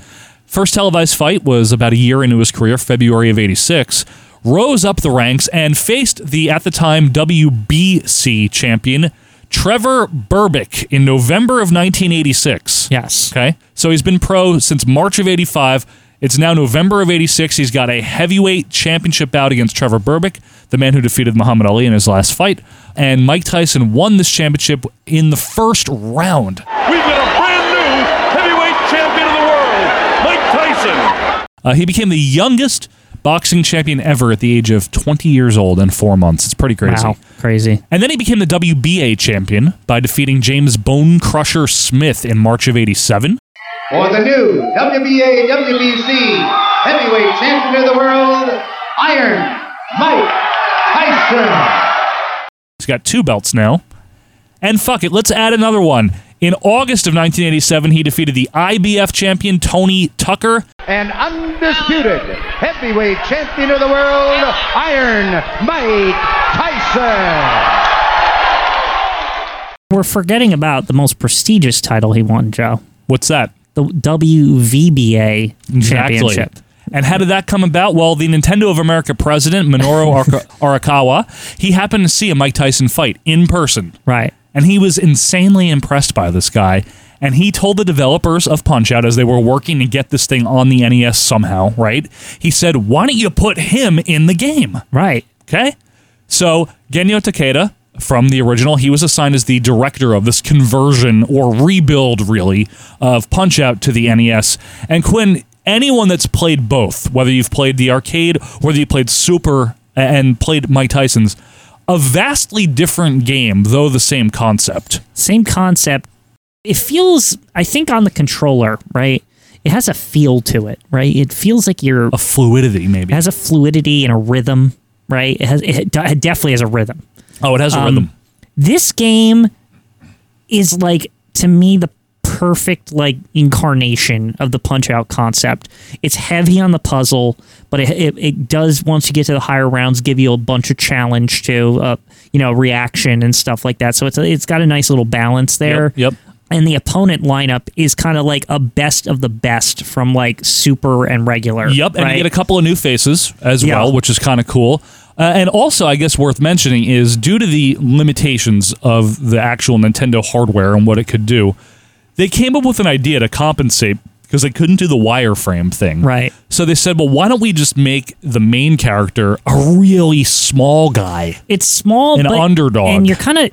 First televised fight was about a year into his career, February of 86. rose up the ranks and faced the at the time WBC champion Trevor Burbick in November of 1986. Yes. Okay. So he's been pro since March of 85. It's now November of 86. He's got a heavyweight championship bout against Trevor Burbick, the man who defeated Muhammad Ali in his last fight. And Mike Tyson won this championship in the first round. We've got a brand new heavyweight champion of the world, Mike Tyson. Uh, he became the youngest boxing champion ever at the age of 20 years old and four months. It's pretty crazy. Wow. Crazy. And then he became the WBA champion by defeating James Bone Crusher Smith in March of 87. For the new WBA WBC heavyweight champion of the world, Iron Mike Tyson. He's got two belts now. And fuck it, let's add another one. In August of 1987, he defeated the IBF champion Tony Tucker. And undisputed heavyweight champion of the world, Iron Mike Tyson. We're forgetting about the most prestigious title he won, Joe. What's that? The WVBA Exactly. championship. And how did that come about? Well, the Nintendo of America president, Minoru Araka- Arakawa, he happened to see a Mike Tyson fight in person. Right. And he was insanely impressed by this guy. And he told the developers of Punch Out as they were working to get this thing on the NES somehow, right? He said, Why don't you put him in the game? Right. Okay. So Genyo Takeda from the original, he was assigned as the director of this conversion or rebuild, really, of Punch Out to the NES. And Quinn, anyone that's played both, whether you've played the arcade, whether you played Super and played Mike Tyson's, a vastly different game, though the same concept. Same concept. It feels, I think, on the controller, right? It has a feel to it, right? It feels like you're A fluidity, It maybe. has a fluidity and a rhythm, right? It has it, de- it definitely has a rhythm. oh, it has a rhythm. This game is like to me the perfect like incarnation of the punch out concept. It's heavy on the puzzle, but it, it, it does once you get to the higher rounds give you a bunch of challenge to uh, you know reaction and stuff like that. So it's a, it's got a nice little balance there. Yep, yep. And the opponent lineup is kind of like a best of the best from like super and regular. Yep, and right? you get a couple of new faces as Yeah. well, which is kind of cool. Uh, and also, I guess worth mentioning is due to the limitations of the actual Nintendo hardware and what it could do, they came up with an idea to compensate because they couldn't do the wireframe thing. Right. So they said, well, why don't we just make the main character a really small guy? it's small An but, underdog. and you're kind of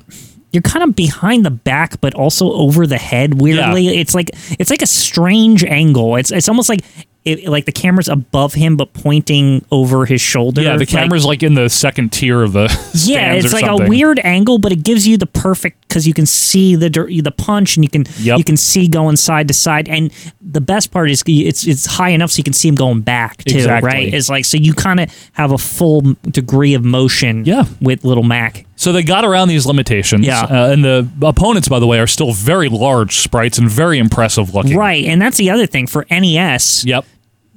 you're kind of behind the back but also over the head weirdly Yeah. it's like it's like a strange angle it's it's almost like it, like the camera's above him but pointing over his shoulder Yeah, the Like- camera's like, in the second tier of the yeah stands it's or like something. a weird angle but it gives you the perfect because you can see the dir- the punch and you can Yep. you can see going side to side and the best part is it's it's high enough so you can see him going back too Exactly. right it's like so you kind of have a full degree of motion Yeah. with little mac So they got around these limitations. Yeah. Uh, and the opponents, by the way, are still very large sprites and very impressive looking. Right, and that's the other thing for NES. Yep.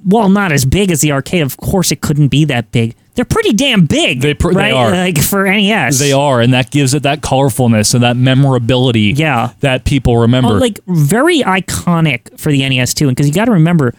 While not as big as the arcade, of course it couldn't be that big. They're pretty damn big. They pr- they right? are. like for E NES. They are, and that gives it that colorfulness and that memorability Yeah. that people remember. Well, Oh, like very iconic for the NES too, and because you got to remember,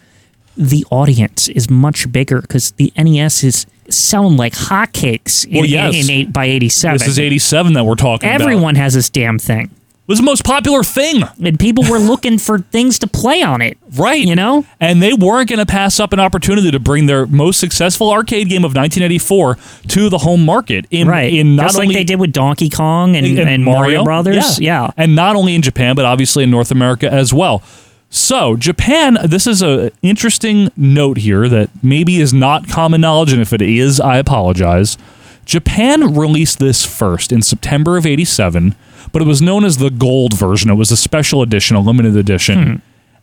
the audience is much bigger because the NES is selling like hotcakes in, Well, yes. in, in eight by eighty seven. this is 87 that we're talking about. Everyone has this damn thing, It was the most popular thing, and people were looking for things to play on it. right? You know, And they weren't going to pass up an opportunity to bring their most successful arcade game of 1984 to the home market in, right? in not Just only like they did with Donkey Kong and, and, and Mario, Brothers. yeah. and not only in Japan but obviously in North America as well. So Japan, this is a interesting note here that maybe is not common knowledge, and if it is, I apologize. Japan released this first in September of '87, but it was known as the Gold version. It was a special edition, a limited edition. Hmm.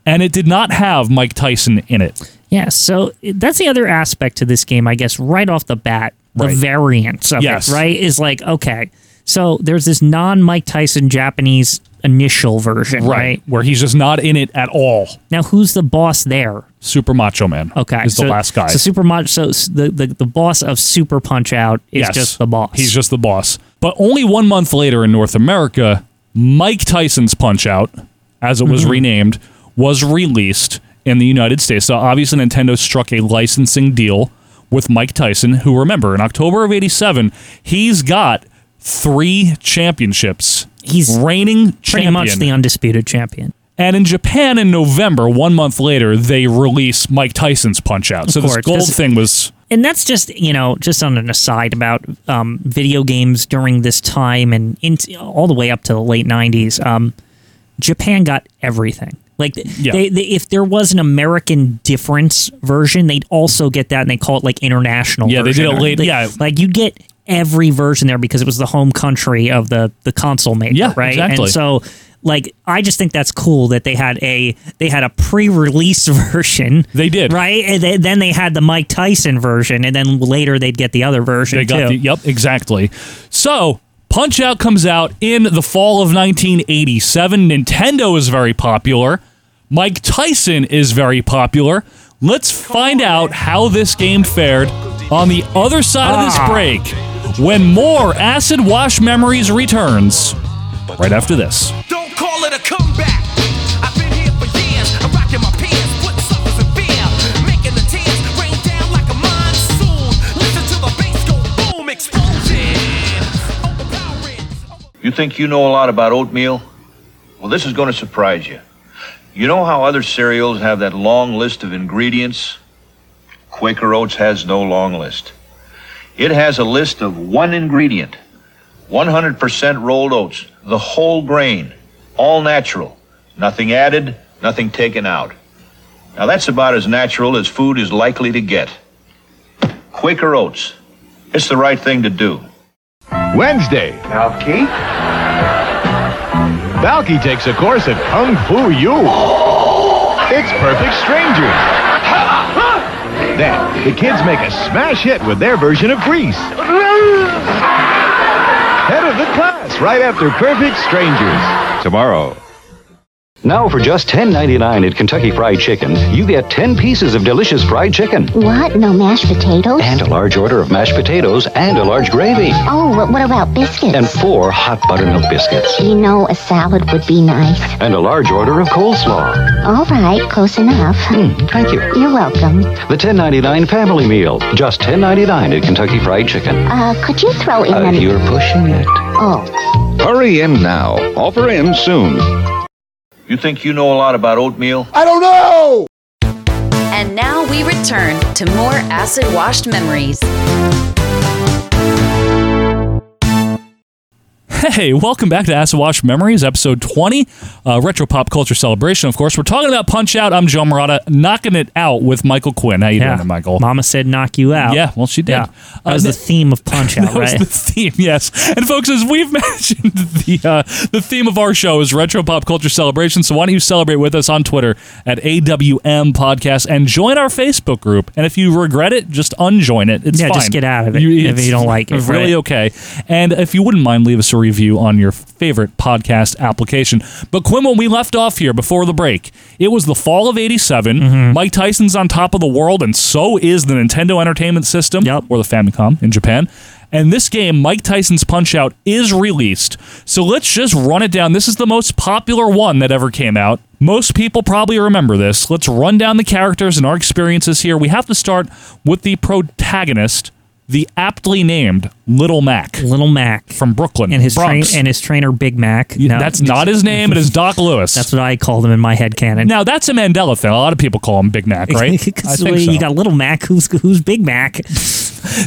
And it did not have Mike Tyson in it. Yeah, so that's the other aspect to this game, I guess, right off the bat. The Right. variance of Yes. it, right? Is like, okay, so there's this non Mike Tyson Japanese initial version, right. Where he's just not in it at all. Now, who's the boss there? Super Macho Man Okay. is the last guy. So, Super Much, so s- the, the, the boss of Super Punch Out is Yes. just the boss. He's just the boss. But only one month later in North America, Mike Tyson's Punch Out, as it was Mm-hmm. renamed, was released in the United States. So obviously, Nintendo struck a licensing deal with Mike Tyson, who remember in October of 87, he's got three championships. He's reigning pretty champion. much the undisputed champion. And in Japan in November, one month later, they release Mike Tyson's Punch Out. So this course, gold 'cause- thing was and that's just you know just on an aside about um, video games during this time and into, all the way up to the late 90s um, japan got everything like th- Yeah. they, they, if there was an american difference version they'd also get that and they call it like international Yeah, they did version, it or late- they- yeah. like you get every version there because it was the home country of the the console maker Yeah, right exactly. and so like I just think that's cool that they had a they had a pre-release version they did right? And eh, they, then they had the Mike Tyson version, and then later they'd get the other version They got too. the, yep, exactly. So Punch Out comes out in the fall of 1987. Nintendo is very popular. Mike Tyson is very popular. Let's find out how this game fared on the other side of this Ah. break when more Acid Wash Memories returns right after this. Don't call it a comeback. I've been here for years. I'm rocking my pants, putting suckers in fear, making the tears rain down like a monsoon. Listen to the bass go boom, explosion. You think you know a lot about oatmeal? Well, this is going to surprise you. You know how other cereals have that long list of ingredients? Quaker Oats has no long list. It has a list of one ingredient 100% rolled oats, the whole grain, all natural, nothing added, nothing taken out. Now, that's about as natural as food is likely to get. Quaker Oats. It's the right thing to do. Wednesday. Balky? Balky takes a course at Kung Fu Yu. It's perfect strangers. Then, the kids make a smash hit with their version of Grease. Head of the class right after Perfect Strangers. Tomorrow. Now for just $10.99 at Kentucky Fried Chicken, you get 10 pieces of delicious fried chicken. What? No mashed potatoes? And a large order of mashed potatoes and a large gravy. Oh, wh- what about biscuits? And four hot buttermilk biscuits. You know, a salad would be nice. And a large order of coleslaw. Mm, All right, close enough. thank you. You're welcome. The $10.99 family meal, just $10.99 at Kentucky Fried Chicken. Uh, could you throw in Uh, an... you're pushing it. Oh, Hurry in now. Offer ends soon. You think you know a lot about oatmeal? I don't know! And now we return to more acid washed memories. Hey, welcome back to Acid Wash Memories, episode 20, uh, Retro Pop Culture Celebration. Of course, we're talking about Punch Out. I'm Joe Morata, knocking it out with Michael Quinn. How you Yeah. doing, Michael? Mama said knock you out. Yeah, well, she did. That was Uh, the theme of Punch Out, that was right? the theme, yes. And folks, as we've mentioned, the uh, the theme of our show is retro pop culture celebration. So why don't you celebrate with us on Twitter at AWM Podcast and join our Facebook group? And if you regret it, just unjoin it. It's Yeah, fine. just get out of it if it's you don't like it, Really right? okay. And if you wouldn't mind, leave us a review on your favorite podcast application. But Quinn, when we left off here before the break, it was the fall of '87. Mike Tyson's on top of the world, and so is the Nintendo Entertainment System or the Famicom in Japan. And this game, Mike Tyson's Punch Out, is released. So let's just run it down. This is the most popular one that ever came out. Most people probably remember this. Let's run down the characters and our experiences here. We have to start with the protagonist, the aptly named Little Mac. Little Mac from Brooklyn and his train Bronx. and his trainer Big Mac. Yeah, that's not his name. It is Doc Lewis. That's what I call them in my head canon. now that's a Mandela thing. A lot of people call him Big Mac, right? I Because think so. you got Little Mac, who's who's Big Mac?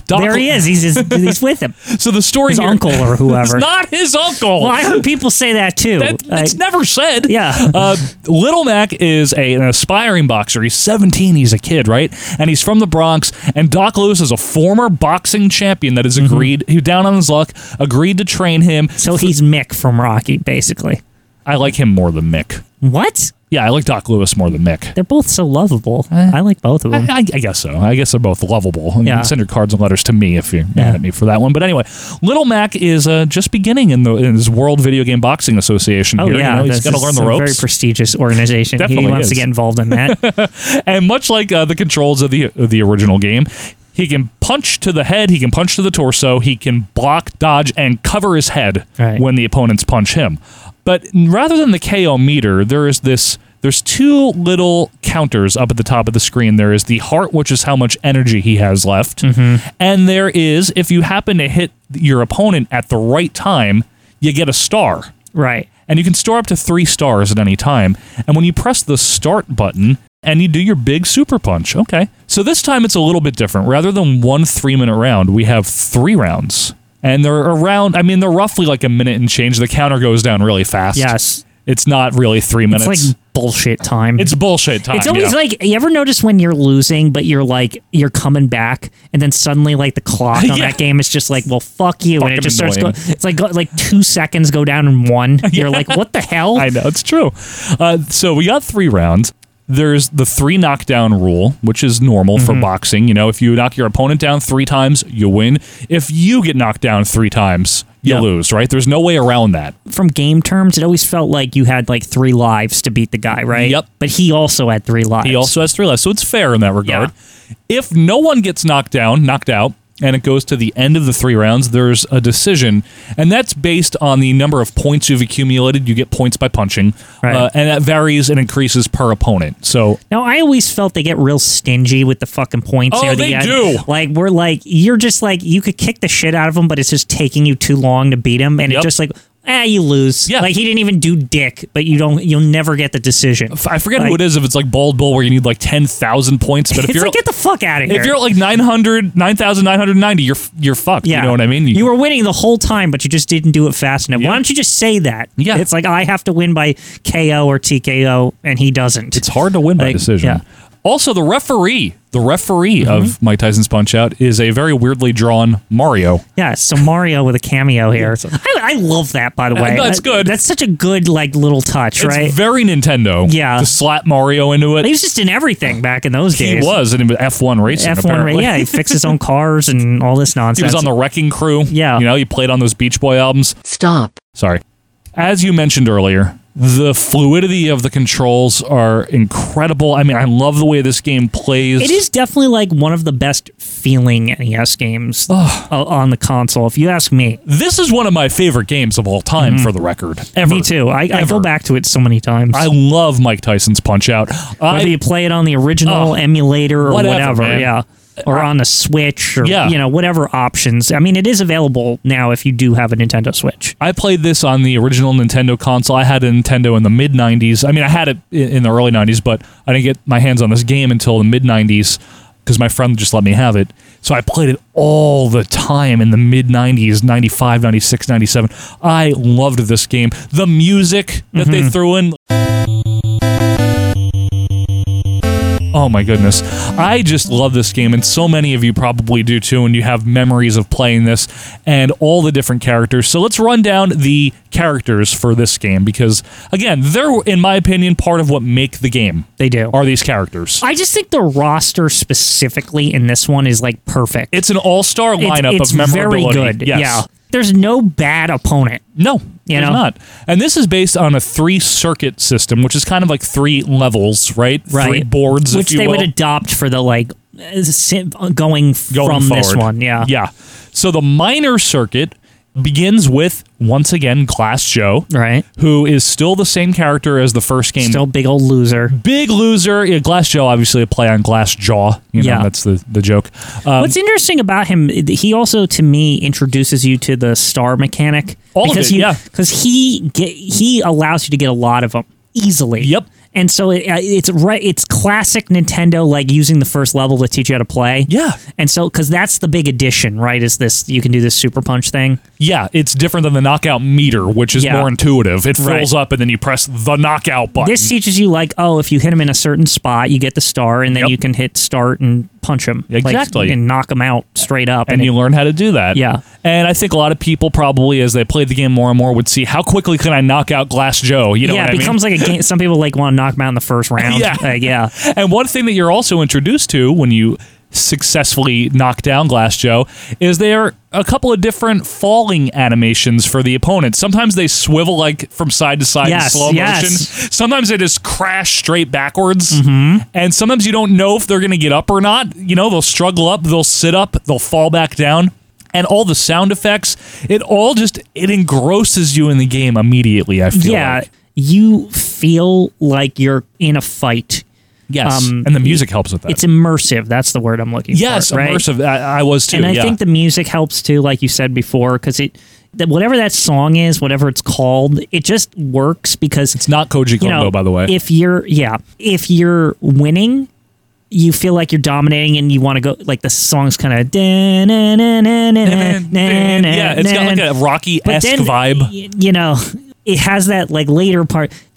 Doc- there he is. He's his, he's with him. So the story his here- uncle or It's whoever. not his uncle. well, I heard people say that too. That- Like- it's never said. Yeah. uh, Little Mac is a, an aspiring boxer. He's 17. He's a kid, right? And he's from the Bronx. And Doc Lewis is a former boxing champion that has Mm-hmm. agreed, who down on his luck, agreed to train him. So he's Mick from Rocky, basically. I like him more than Mick. What? Yeah, I like Doc Lewis more than Mick. They're both so lovable. I like both of Eh. I, them. I, I guess so. I guess they're both lovable. I mean, Yeah. Send your cards and letters to me if you're mad at me for that one. But anyway, Little Mac is uh, just beginning in the in his World Video Game Boxing Association. Oh here. yeah, you know, he's this got to is learn the a ropes. Very prestigious organization. Definitely he wants to is. get involved in that. and much like uh, the controls of the of the original game, he can punch to the head, he can punch to the torso, he can block, dodge, and cover his head when the opponents punch him. But rather than the KO meter, there is this There's two little counters up at the top of the screen. There is the heart, which is how much energy he has left. And there is, if you happen to hit your opponent at the right time, you get a star. Right. And you can store up to three stars at any time. And when you press the start button, and you do your big super punch. Okay. So this time it's a little bit different. Rather than one three minute round, we have three rounds. And they're around, I mean, they're roughly like a minute and change. The counter goes down really fast. Yes. It's not really three minutes. It's like bullshit time. It's bullshit time. It's always yeah. like you ever notice when you're losing, but you're like you're coming back, and then suddenly like the clock on Yeah. that game is just like, well, fuck you, and Fucking it just annoying. starts. Go- it's like go- like two seconds go down in one. You're like, what the hell? I know it's true. Uh, so we got three rounds. There's the three knockdown rule, which is normal for boxing. You know, if you knock your opponent down three times, you win. If you get knocked down three times, you Yeah. lose. Right? There's no way around that. From game terms, it always felt like you had like three lives to beat the guy, right? Yep. But he also had three lives. He also has three left, so it's fair in that regard. If no one gets knocked down, knocked out, and it goes to the end of the three rounds, there's a decision, and that's based on the number of points you've accumulated. You get points by punching, uh, and that varies and increases per opponent. So Now I always felt they get real stingy with the fucking points. Oh, near the they end. do. Like we're like you're just like you could kick the shit out of him, but it's just taking you too long to beat him, and Yep. it's just like ah, you lose. Yeah. Like he didn't even do dick, but you don't. You'll never get the decision. I forget who it is if it's like Bald Bull where you need like ten thousand points, but if it's you're like get the fuck out of here. if you're at like 900, 9,990, you're you're fucked. You know what I mean? You were winning the whole time, but you just didn't do it fast enough. Why don't you just say that? Yeah. It's like I have to win by KO or TKO, and he doesn't. It's hard to win by decision. Also, the referee, the referee Mm-hmm. of Mike Tyson's Punch Out is a very weirdly drawn Mario. Yeah, so Mario with a cameo here. I, I love that, by the Uh, way. no, it's good. That's such a good like little touch, It's right? very Nintendo. Yeah. To slap Mario into it. he was just in everything back in those He days. was in F1 racing. F1, ra- apparently. yeah, he fixed his own cars and all this nonsense. He was on the wrecking crew. Yeah. You know, he played on those Beach Boy albums. Stop. Sorry. As you mentioned earlier, the fluidity of the controls are incredible. I mean, I love the way this game plays. It is definitely like one of the best feeling NES games o- on the console, if you ask me. This is one of my favorite games of all time, for the record. Ever. Mm-hmm. Me too. I, I go Ever. back to it so many times. I love Mike Tyson's Punch Out. Whether you play it on the original emulator or whatever, whatever, man. yeah. Or on the Switch or Yeah. you know, whatever options. I mean it is available now if you do have a Nintendo Switch. I played this on the original Nintendo console. I had a Nintendo in the mid 90s. I mean, I had it i- in the early 90s, but I didn't get my hands on this game until the mid 90s because my friend just let me have it. So I played it all the time in the mid 90s 95, 96, 97. I loved this game. The music that they threw in. Oh my goodness. I just love this game, and so many of you probably do too, and you have memories of playing this and all the different characters. So let's run down the characters for this game because, again, they're, in my opinion, part of what make the game. They do. Are these characters. I just think the roster specifically in this one is like perfect. It's an all star lineup it's of memorability. very good. Yes. Yeah. There's no bad opponent. No, You there's know? not. And this is based on a three circuit system, which is kind of like three levels, right? Three Right. boards, Which if you they will. would adopt for the like uh, sim- going, from this forward. one. Yeah. Yeah. So the minor circuit begins with once again Glass Joe, right? Who is still the same character as the first game. Still big old loser. Big loser. Yeah, Glass Joe, obviously a play on Glass Jaw. You know, Yeah. that's the the joke. Um, What's interesting about him, he also to me introduces you to the star mechanic. All of it, you, yeah. Because he get, he allows you to get a lot of them easily. Yep. And so it, uh, it's right. It's classic Nintendo, like using the first level to teach you how to play. Yeah. And so because that's the big addition, right? Is this you can do this super punch thing. yeah, it's different than the knockout meter, which is Yeah. more intuitive. It fills Right. up and then you press the knockout button. This teaches you like, oh, if you hit him in a certain spot, you get the star, and then you can hit start and punch him like, Exactly. and knock him out straight up. and it- you learn how to do that. Yeah. And I think a lot of people probably, as they played the game more and more, would see how quickly can I knock out Glass Joe. You know, yeah, what I it becomes like a game. Some people like want to knock him out in the first round. Yeah. Like, yeah. mean? And one thing that you're also introduced to when you successfully knock down Glass Joe is there are a couple of different falling animations for the opponent. Sometimes they swivel like from side to side in Yes, slow yes. motion. Sometimes they just crash straight backwards. Mm-hmm. And sometimes you don't know if they're going to get up or not. You know, they'll struggle up, they'll sit up, they'll fall back down. And all the sound effects, it all just it engrosses you in the game immediately, I feel yeah. like. you feel like you're in a fight. Yes, um, and the music helps with that. It's immersive. That's the word I'm looking Yes, for. right? immersive. I, I was too. And I yeah. think the music helps too, like you said before, because it that whatever that song is, whatever it's called, it just works because it's not Koji you Kondo, know, by the way. If you're yeah, if you're winning, you feel like you're dominating and you want to go like the song's kind of yeah, yeah, it's got like a Rocky esque vibe. you know, it has that like later part.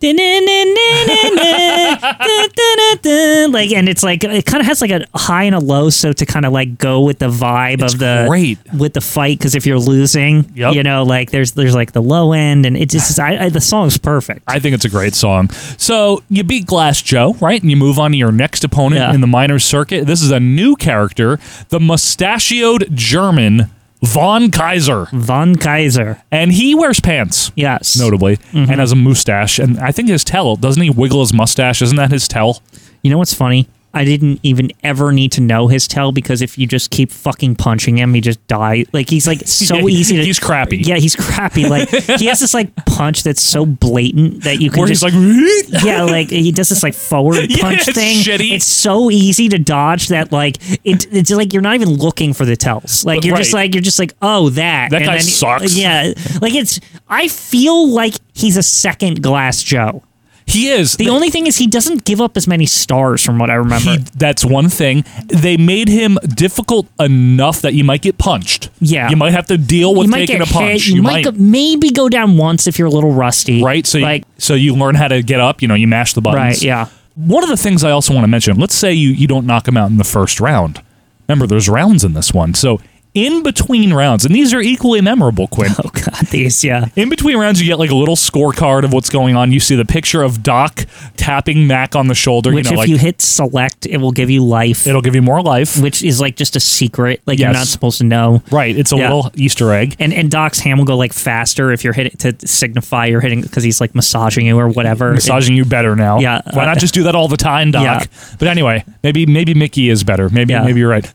Like and it's like it kind of has like a high and a low, so to kind of like go with the vibe of the great. with the fight. Because if you're losing, you know, like there's there's like the low end, and it just I, I, the song's perfect. I think it's a great song. So you beat Glass Joe, right? And you move on to your next opponent in the minor circuit. This is a new character, the mustachioed German Von Kaiser. Von Kaiser. And he wears pants. Yes. Notably. Mhm. And has a mustache. And I think his tell, doesn't he wiggle his mustache? Isn't that his tell? You know what's funny? I didn't even ever need to know his tell because if you just keep fucking punching him, he just dies. Like he's like so Yeah, easy to. he's crappy. Yeah, he's crappy. Like he has this like punch that's so blatant that you can Where he's just like, yeah, like he does this like forward Yeah, punch it's thing. shitty. It's so easy to dodge that like it, it's like you're not even looking for the tells. Like But you're just right. like you're just like oh that That And guy then- sucks. Yeah, like it's I feel like he's a second glass Joe. He is. The only thing is he doesn't give up as many stars from what I remember. He, that's one thing. They made him difficult enough that you might get punched. Yeah. You might have to deal with you might taking get a punch. hit. You, might, go- maybe go down once if you're a little rusty. right? So, like you, so you learn how to get up. You know, you mash the buttons. Right, yeah. One of the things I also want to mention. Let's say you you don't knock him out in the first round. Remember, there's rounds in this one. So in between rounds, and these are equally memorable, Quinn. Oh God, these yeah. In between rounds, you get like a little scorecard of what's going on. You see the picture of Doc tapping Mac on the shoulder. Which you know, like if you hit select, it will give you life. it'll give you more life. which is like just a secret, like you're Yes. not supposed to know. Right, it's a Yeah. little Easter egg. And and Doc's hand will go like faster if you're hitting to signify you're hitting because he's like massaging you or whatever. Massaging you better now. Yeah. Why not just do that all the time, Doc? Yeah. But anyway, maybe maybe Mickey is better. Maybe Yeah. maybe you're right.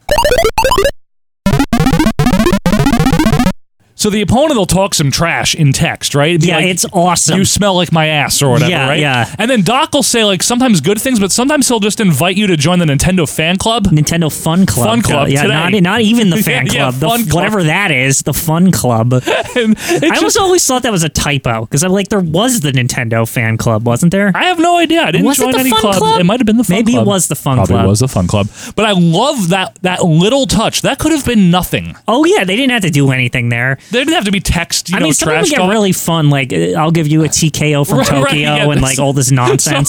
So the opponent will talk some trash in text, right? It'd be Yeah, like, it's awesome. You smell like my ass or whatever, Yeah, right? yeah. And then Doc will say like sometimes good things, but sometimes he'll just invite you to join the Nintendo fan club. Nintendo Fun Club. Fun Club Yeah, today. not, not even the Yeah, fan yeah, club, the, Fun f- Club. Whatever that is, the Fun Club. I almost just- always thought that was a typo because I'm like, there was the Nintendo fan club, wasn't there? I have no idea. I didn't Was it join the any Fun club. Club? It might have been the fun Maybe it club. was the Fun Probably Club. was the fun club. But I love that that little touch. That could have been nothing. Oh yeah, they didn't have to do anything there. There didn't have to be text. You I know, mean, some of trash them get talk. really fun. Like, uh, I'll give you a TKO from Right, Tokyo right, yeah, and that's- like all this nonsense.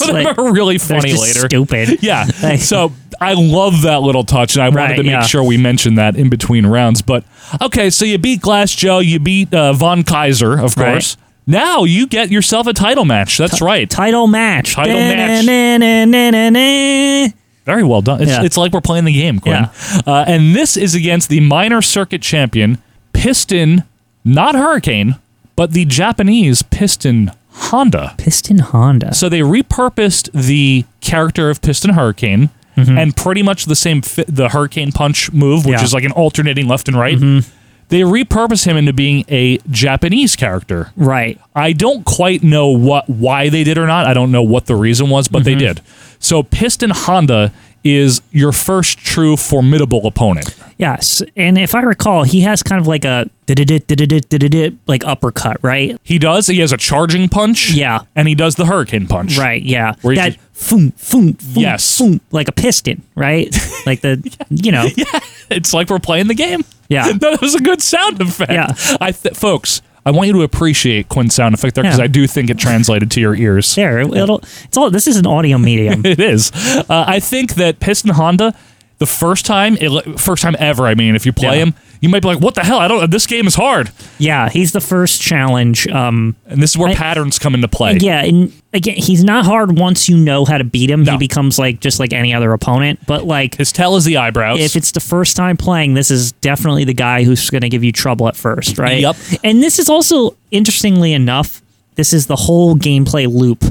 Some of them like, are really they're funny just later. Stupid. Yeah. Like- so I love that little touch, and I wanted Right, to make yeah. sure we mentioned that in between rounds. But okay, so you beat Glass Joe, you beat uh, Von Kaiser, of Right. course. Now you get yourself a title match. That's right. Title match. Title match. match. Very well done. It's, Yeah. it's like we're playing the game, Quinn. Uh, and this is against the minor circuit champion, Piston, not Hurricane, but the Japanese Piston Honda. Piston Honda. So they repurposed the character of Piston Hurricane and pretty much the same fi- the Hurricane Punch move, which Mm-hmm. Yeah. Mm-hmm. is like an alternating left and right. They repurpose him into being a Japanese character. Right. I don't quite know what why they did or not. I don't know what the reason was, but they Mm-hmm. did. So Piston Honda is your first true formidable opponent. Yes, and if I recall, he has kind of like a da-da-da, da-da-da, da-da-da, like uppercut, right? He does. He has a charging punch. Yeah. and he does the Hurricane Punch. Right. Yeah. Where you that foom foom foom Yes. foom like a piston, right? Like the you know It's like we're playing the game. Yeah. that was a good sound effect. Yeah. I th- folks, I want you to appreciate Quinn's sound effect there because Yeah. I do think it translated to your ears. there it- it'll it's all this is an audio medium. It is. Uh, I think that Piston Honda, the first time, it, first time ever. I mean, if you play Yeah. him, you might be like, "What the hell? I don't. This game is hard." Yeah, he's the first challenge. Um, And this is where I- patterns come into play. yeah, and again, he's not hard once you know how to beat him. No. He becomes like just like any other opponent, but like His tell is the eyebrows. if it's the first time playing, this is definitely the guy who's going to give you trouble at first, right? Yep. And this is also interestingly enough, this is the whole gameplay loop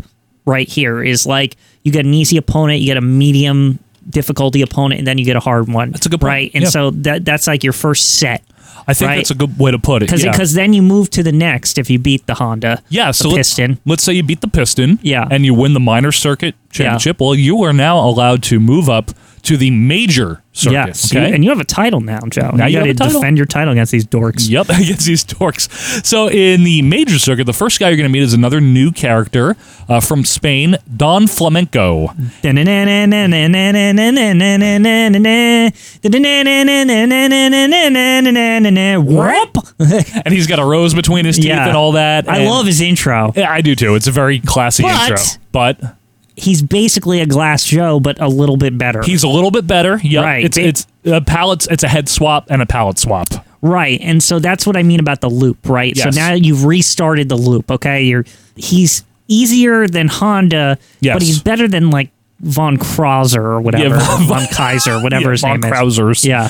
right here is like you get an easy opponent, you get a medium difficulty opponent, and then you get a hard one. That's a good point. right? And Yeah. so that that's like your first set. I think right? that's a good way to put it. Because yeah. then you move to the next if you beat the Honda. Yeah, the so let's, piston. let's say you beat the piston, Yeah. and you win the minor circuit championship. Well, you are now allowed to move up to the major circuit. Yeah, see, okay, and you have a title now, Joe. Now you got have a to title. defend your title against these dorks. Yep, against these dorks. So in the major circuit, the first guy you're going to meet is another new character uh, from Spain, Don Flamenco. Whoop! and he's got a rose between his teeth Yeah. and all that. I and- love his intro. Yeah, I do too. It's a very classy But- intro, but He's basically a Glass Joe, but a little bit better. he's a little bit better. Yep. Right. It's They- it's a palette. It's a head swap and a palette swap. Right. And so that's what I mean about the loop, right? Yes. So now you've restarted the loop, okay? You're he's easier than Honda, Yes. but he's better than like Von Krauser or whatever. Von- Von, Kaiser, whatever Yeah, his Von name Krausers. is. Yeah.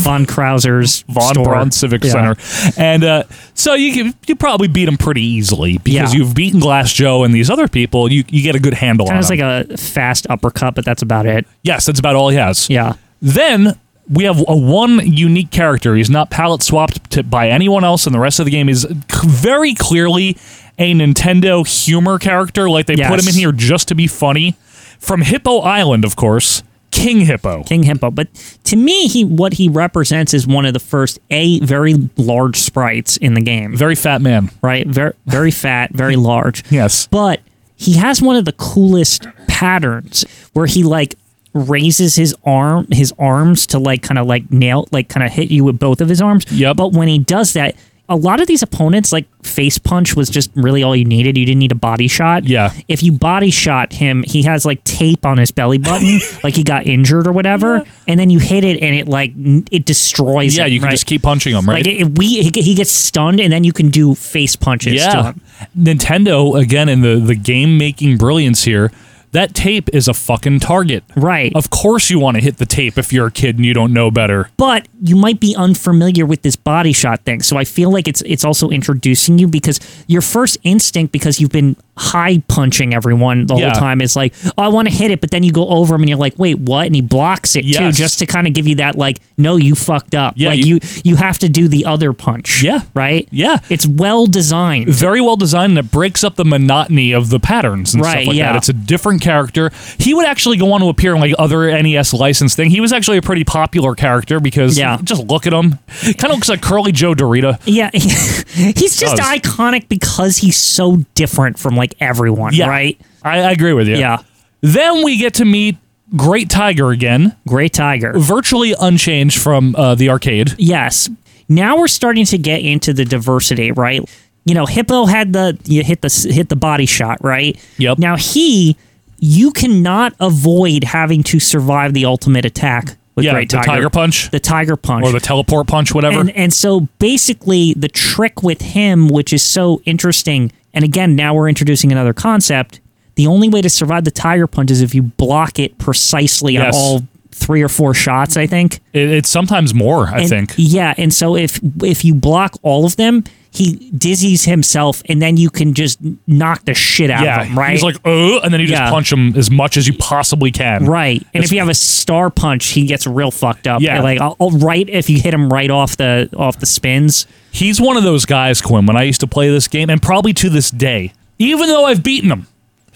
Von Krauser's Von store. Braun Civic Yeah. Center, and uh, so you can, you probably beat him pretty easily because Yeah. you've beaten Glass Joe and these other people. You you get a good handle Kind on. of them. like a fast uppercut, but that's about it. Yes, that's about all he has. Yeah. Then we have a one unique character. He's not palette swapped to, by anyone else, and the rest of the game is c- very clearly a Nintendo humor character. Like they put him in Yes. here just to be funny. From Hippo Island, of course, King Hippo. King Hippo. But to me, he what he represents is one of the first a very large sprites in the game. Very fat man. right? Very very fat, very large. Yes. But he has one of the coolest patterns where he like raises his arm his arms to like kind of like nail like kind of hit you with both of his arms. Yeah. But when he does that, a lot of these opponents like face punch was just really all you needed. You didn't need a body shot. Yeah. If you body shot him, he has like tape on his belly button, like he got injured or whatever, and then you hit it and it like n- it destroys Yeah, him, you can right? just keep punching him, right? Like it, we, he, he gets stunned, and then you can do face punches to him. Nintendo again in the the game making brilliance here. That tape is a fucking target. Right. Of course you want to hit the tape if you're a kid and you don't know better. But you might be unfamiliar with this body shot thing, so I feel like it's it's also introducing you because your first instinct, because you've been high punching everyone the Yeah. whole time, is like, oh, I want to hit it, but then you go over him and you're like, wait, what? And he blocks it too, Yes. just to kind of give you that like, no, you fucked up. Yeah, like you- you you have to do the other punch. Yeah. Right. Yeah. It's well designed. very well designed and it breaks up the monotony of the patterns and stuff Right, like yeah. that. It's a different character. He would actually go on to appear in like other NES licensed thing. He was actually a pretty popular character because Yeah. just look at him. Kind of looks like Curly Joe Dorita. Yeah, he's just Does. iconic because he's so different from like everyone, Yeah. right? I, I agree with you. Yeah. Then we get to meet Great Tiger again, Great Tiger. virtually unchanged from uh, the arcade. Yes. Now we're starting to get into the diversity, right? You know, Hippo had the you hit the hit the body shot, right? Yep. Now he you cannot avoid having to survive the ultimate attack with yeah, Great the Tiger. Tiger Punch The Tiger Punch. or the Teleport Punch, whatever. And, and so basically, the trick with him, which is so interesting, and again, now we're introducing another concept. The only way to survive the tiger punch is if you block it precisely Yes. on all three or four shots, I think. It- it's sometimes more, I And- think. Yeah, and so if if you block all of them, he dizzies himself, and then you can just knock the shit out Yeah, of him, right? he's like, oh, and then you just Yeah. punch him as much as you possibly can. Right, and It's- if you have a star punch, he gets real fucked up. Yeah. like I'll, I'll right if you hit him right off the off the spins. He's one of those guys, Quinn, when I used to play this game, and probably to this day, even though I've beaten him,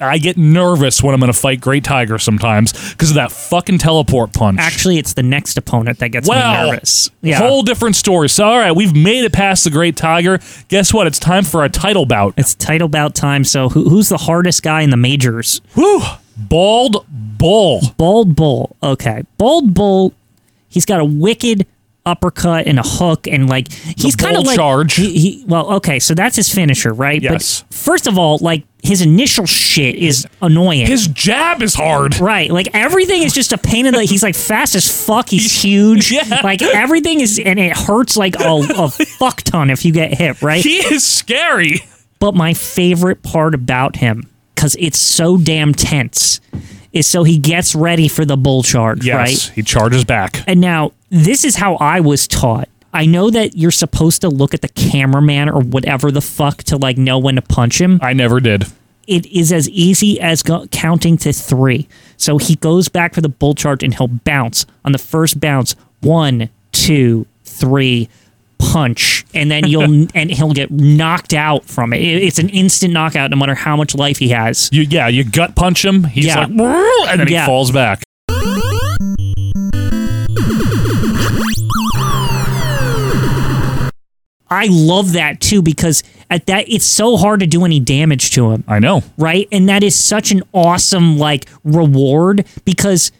I get nervous when I'm going to fight Great Tiger sometimes because of that fucking teleport punch. Actually, it's the next opponent that gets Wow. me nervous. Yeah. Whole different story. So, all right, we've made it past the Great Tiger. Guess what? It's time for a title bout. it's title bout time. So who, who's the hardest guy in the majors? Whew. Bald Bull. Bald Bull. Okay. Bald Bull, he's got a wicked uppercut and a hook and like he's kind of bull like charge. He, he- well, okay, so that's his finisher, right? Yes. But first of all, like his initial shit is annoying. His jab is hard. Right, like everything is just a pain in the. He's like fast as fuck. He's huge. Yeah. Like everything is, and it hurts like a, a fuck ton if you get hit. Right. He is scary. But my favorite part about him, because it's so damn tense, is so he gets ready for the bull charge, Yes, right? he charges back. And now, this is how I was taught. I know that you're supposed to look at the cameraman or whatever the fuck to like know when to punch him. I never did. It is as easy as go- counting to three. So he goes back for the bull charge and he'll bounce on the first bounce. One, two, three, punch, and then you'll and he'll get knocked out from it. It- It's an instant knockout, no matter how much life he has. You, yeah, you gut punch him. He's like, "Whoa," and then he falls back. I love that too because at that it's so hard to do any damage to him. I know. Right? And that is such an awesome like reward because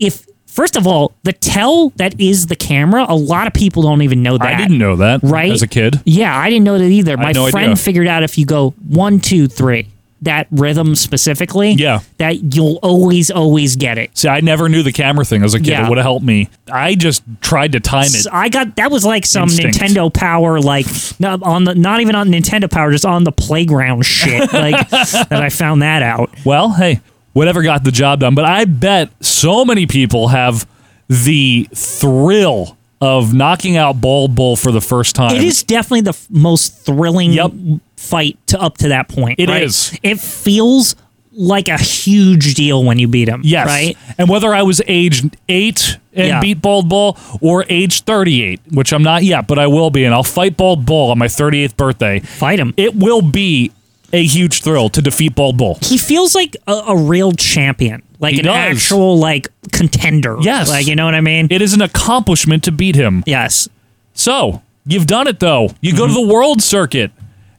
if first of all, the tell that is the camera, a lot of people don't even know that. I didn't know that Right? as a kid. Yeah, I didn't know that either. I My had no friend idea. figured out if you go one, two, three, that rhythm specifically, Yeah. that you'll always, always get it. See, I never knew the camera thing as a kid. Yeah. It would have helped me. I just tried to time it. So I got that was like some Instinct. Nintendo Power, like not on the not even on Nintendo Power, just on the playground shit. Like that, I found that out. Well, hey, whatever got the job done. But I bet so many people have the thrill of knocking out Bald Bull for the first time. It is definitely the f- most thrilling fight to up to that point. It It is. is. It feels like a huge deal when you beat him. Yes. Right. And whether I was age eight and Yeah. beat Bald Bull or age 38, which I'm not yet, but I will be, and I'll fight Bald Bull on my 38th birthday. Fight him. It will be a huge thrill to defeat Bald Bull. He feels like a, a real champion, like He an does. actual like contender. Yes. Like you know what I mean? It is an accomplishment to beat him. Yes. So, you've done it though. You Mm-hmm. go to the world circuit.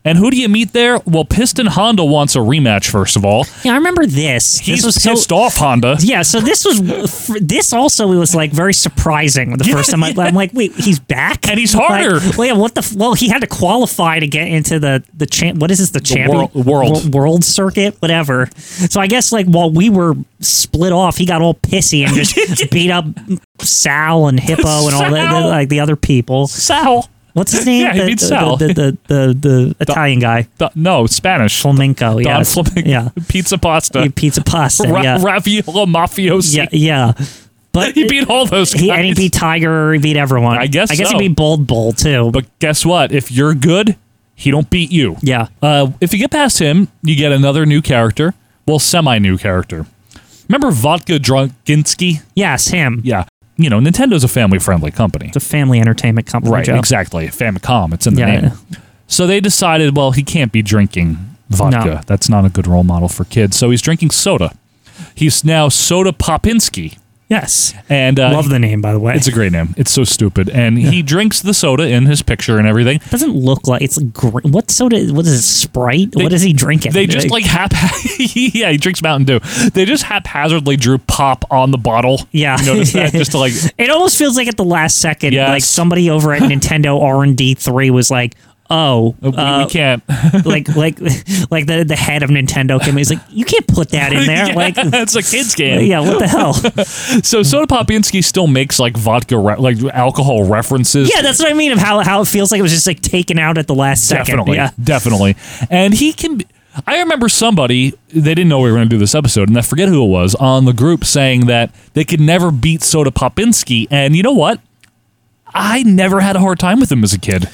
And who do you meet there? Well, Piston Honda wants a rematch, first of all. Yeah, I remember this. He's this was so pissed off Honda. Yeah, so this was f- this also was like very surprising the first time I, I'm like, wait, he's back And he's harder. Like, well, yeah, what the? F- well, he had to qualify to get into the the champ. What is this? The, champion wor- world. wo- world circuit, whatever. So I guess like while we were split off, he got all pissy and just beat up Sal and Hippo and all the, the Sal. like the other people. Sal. What's his name? Yeah, he the, beat the, Sal. The, the, the, the, the Italian guy. Th- no, Spanish. Flamenco, yeah. Don Fleming. Yeah. Pizza pasta. Pizza pasta. Ra- yeah. Raviola mafiosi. Yeah, yeah. But he beat all those guys. He, and he beat Tiger. He beat everyone. I guess I guess so. he beat Bold Bull too. But guess what? If you're good, he don't beat you. Yeah. Uh, if you get past him, you get another new character. Well, semi new character. Remember Vodka Drunkinski? yes, him. Yeah. You know, Nintendo's a family friendly company. It's a family entertainment company. Right, Joe. exactly. Famicom, it's in the Yeah, name. So they decided, well, he can't be drinking vodka. No. That's not a good role model for kids. So he's drinking soda. He's now Soda Popinski. Yes. And uh, Love the name, by the way. It's a great name. It's so stupid. And he drinks the soda in his picture and everything. doesn't look like it's gr- what soda? What is it? Sprite? what is he drinking? They just like hap. yeah, he drinks Mountain Dew. They just haphazardly drew pop on the bottle. Yeah. you notice that just to like. It almost feels like at the last second, Yes. like somebody over at Nintendo R and D three was like, "Oh, We, we uh, can't. like like like the the head of Nintendo came. in, He's like, you can't put that in there. Yeah, Like, it's a kids game. yeah, what the hell? So Soda Popinski still makes like vodka, re- like alcohol references. Yeah, that's what I mean of how how it feels like it was just like taken out at the last second. definitely, Yeah. definitely. And he can. be- I remember somebody they didn't know we were going to do this episode, and I forget who it was on the group saying that they could never beat Soda Popinski. And you know what? I never had a hard time with him as a kid.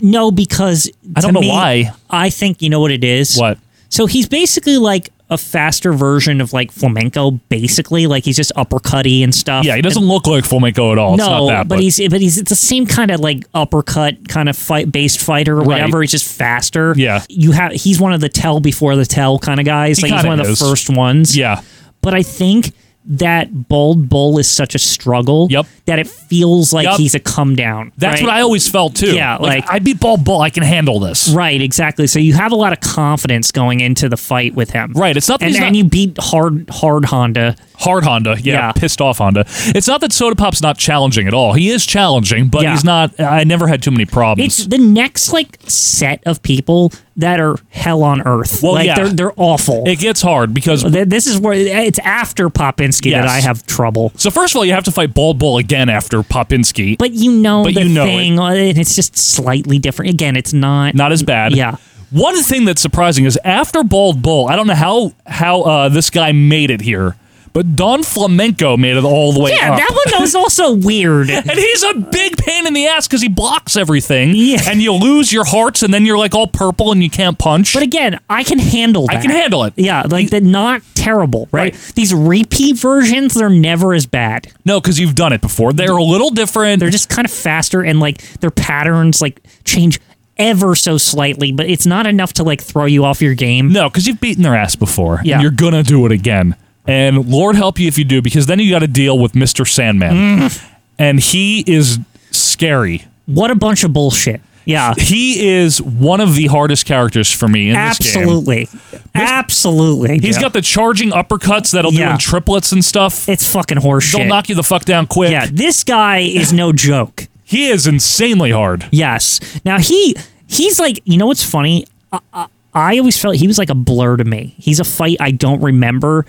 No, because I don't to know me, why. I think you know what it is. What? So he's basically like a faster version of like flamenco. Basically, like he's just uppercutty and stuff. Yeah, he doesn't look like flamenco at all. it's not No, that, but, he's but he's it's the same kind of like uppercut kind of fight based fighter or Right. whatever. He's just faster. Yeah. you have he's one of the tell before the tell kind of guys. He like he's kinda one of is. the first ones. yeah. but I think that bold bull is such a struggle. Yep. that it feels like Yep. he's a come down. That's right? what I always felt too. Yeah, like- I beat Ball Ball, I can handle this. Right, exactly. So you have a lot of confidence going into the fight with him. Right, it's not that and, he's not- and you beat hard hard Honda. Hard Honda, yeah, Yeah. pissed off Honda. It's not that Soda Pop's not challenging at all. He is challenging, but Yeah. he's not. I never had too many problems. It's the next like set of people that are hell on earth. Well, like yeah. they're they're awful. it gets hard because Th- this is where it's after Popinski that Yes. I have trouble. so first of all, you have to fight Bald Bull again after Popinski. But you know But the you know thing, uh, and it's just slightly different. Again, it's not not as bad. Yeah. One thing that's surprising is after Bald Bull, I don't know how how uh, this guy made it here, But Don Flamenco made it all the way Yeah, up. that one was also weird. and he's a big pain in the ass because he blocks everything. And you lose your hearts, and then you're like all purple and you can't punch. But again, I can handle I can that. handle it. Yeah, like they're not terrible, right? These repeat versions, they're never as bad. No, because you've done it before. They're a little different. They're just kind of faster, and like their patterns like change ever so slightly, but it's not enough to like throw you off your game. No, because you've beaten their ass before. Yeah. And you're going to do it again. And Lord help you if you do, because then you got to deal with Mr. Sandman. Mm. And he is scary. What a bunch of bullshit. Yeah. He is one of the hardest characters for me in this game. Absolutely. Absolutely. He's Yeah. got the charging uppercuts that'll do Yeah. in triplets and stuff. It's fucking horseshit. They'll knock you the fuck down quick. Yeah, this guy is no joke. He is insanely hard. Yes. Now he he's like you know what's funny? I, I, I always felt he was like a blur to me. He's a fight I don't remember,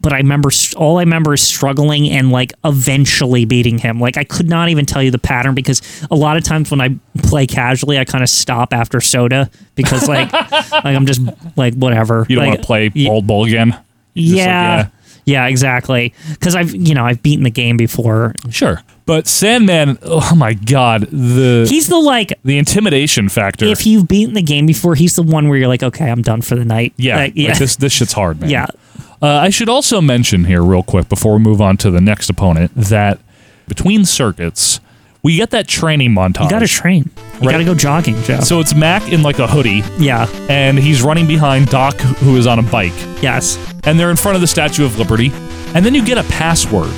but I remember s- all I remember is struggling and like eventually beating him. Like I could not even tell you the pattern because a lot of times when I play casually, I kind of stop after soda because like like I'm just like whatever. You don't Like, want to play Bald Bull again. You're just like, yeah. yeah. exactly. Because I've you know I've beaten the game before. Sure. But Sandman, oh my god, the He's the like the intimidation factor. if you've beaten the game before, he's the one where you're like, okay, I'm done for the night. Yeah, Like, yeah. like, this this shit's hard, man. Yeah. Uh, I should also mention here, real quick, before we move on to the next opponent, that between circuits, we get that training montage. you got to train. You Um, Right. got to go jogging, Joe. So it's Mac in like a hoodie, yeah, and he's running behind Doc, who is on a bike, yes, and they're in front of the Statue of Liberty, and then you get a password.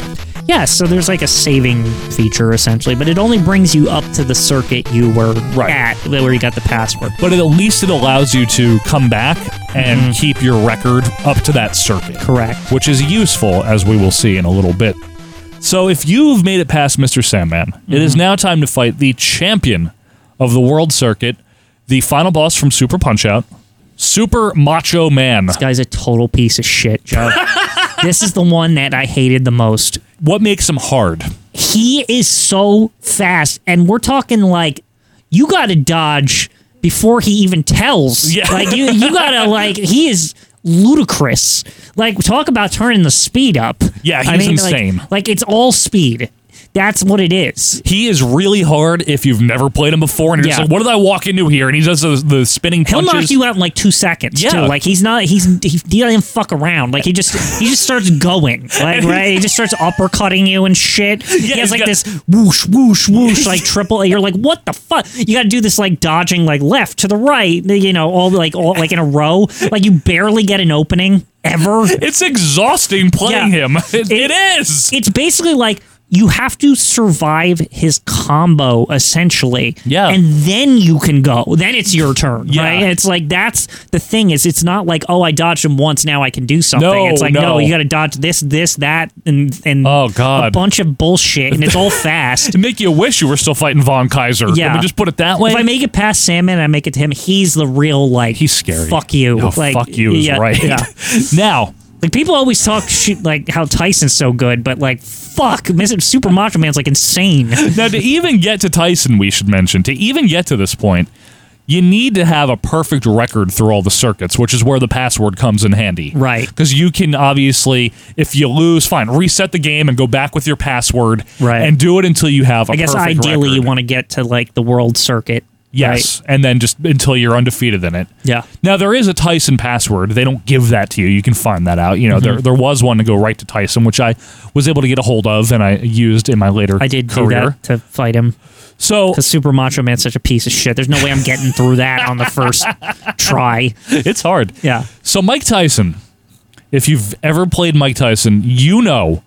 yeah. So there's like a saving feature essentially, but it only brings you up to the circuit you were at, where you got the password. But at least it allows you to come back and keep your record up to that circuit. Mm-hmm. Correct. Which is useful, as we will see in a little bit. So if you've made it past Mr. Sandman, it Mm-hmm. is now time to fight the champion of the world circuit, the final boss from Super Punch Out, Super Macho Man. This guy's a total piece of shit, Joe. this is the one that I hated the most. What makes him hard? He is so fast, and we're talking like you got to dodge before he even tells. Yeah. Like you, you got to like he is ludicrous. Like talk about turning the speed up. Yeah, I he's mean, like- insane. Like, it's all speed. That's what it is. He is really hard if you've never played him before, and you're Yeah. just like, "What did I walk into here?" And he does the, the spinning He'll punches. knock you out in like two seconds. Yeah. too. like he's not. He's he, he doesn't fuck around. Like he just he just starts going. Like right, he just starts uppercutting you and shit. Yeah, he he's has like got- this whoosh whoosh whoosh like triple. You're like, what the fuck? You got to do this like dodging like left to the right. You know, all like all like in a row. Like you barely get an opening ever. It's exhausting playing Yeah. him. It- it is. It's basically like you have to survive his combo essentially. Yeah. And then you can go. Then it's your turn. Yeah. Right. It's like that's the thing is it's not like, oh, I dodged him once, now I can do something. No, it's like, no, no. you gotta dodge this, this, that, and and Oh a God! bunch of bullshit and it's all fast. to make you wish you were still fighting Von Kaiser. Can Yeah. we just put it that way. If I make it past Salmon and I make it to him, he's the real like he's scary. Fuck you. Oh, like fuck you is yeah, right. Yeah. now, Like people always talk shit like how Tyson's so good, but like fuck, Mr. Super Macho Man's like insane. now to even get to Tyson, we should mention to even get to this point, you need to have a perfect record through all the circuits, which is where the password comes in handy. Right. Because you can obviously, if you lose, fine, reset the game and go back with your password. Right. And do it until you have. a I guess perfect ideally record. you want to get to like the world circuit. Yes, right? and then just until you're undefeated in it. Yeah. Now there is a Tyson password. They don't give that to you. You can find that out. You know, Mm-hmm. there there was one to go right to Tyson, which I was able to get a hold of and I used in my later I did do career. that to fight him. So Because Super Macho Man's such a piece of shit. There's no way I'm getting through that on the first try. it's hard. Yeah. So Mike Tyson, if you've ever played Mike Tyson, you know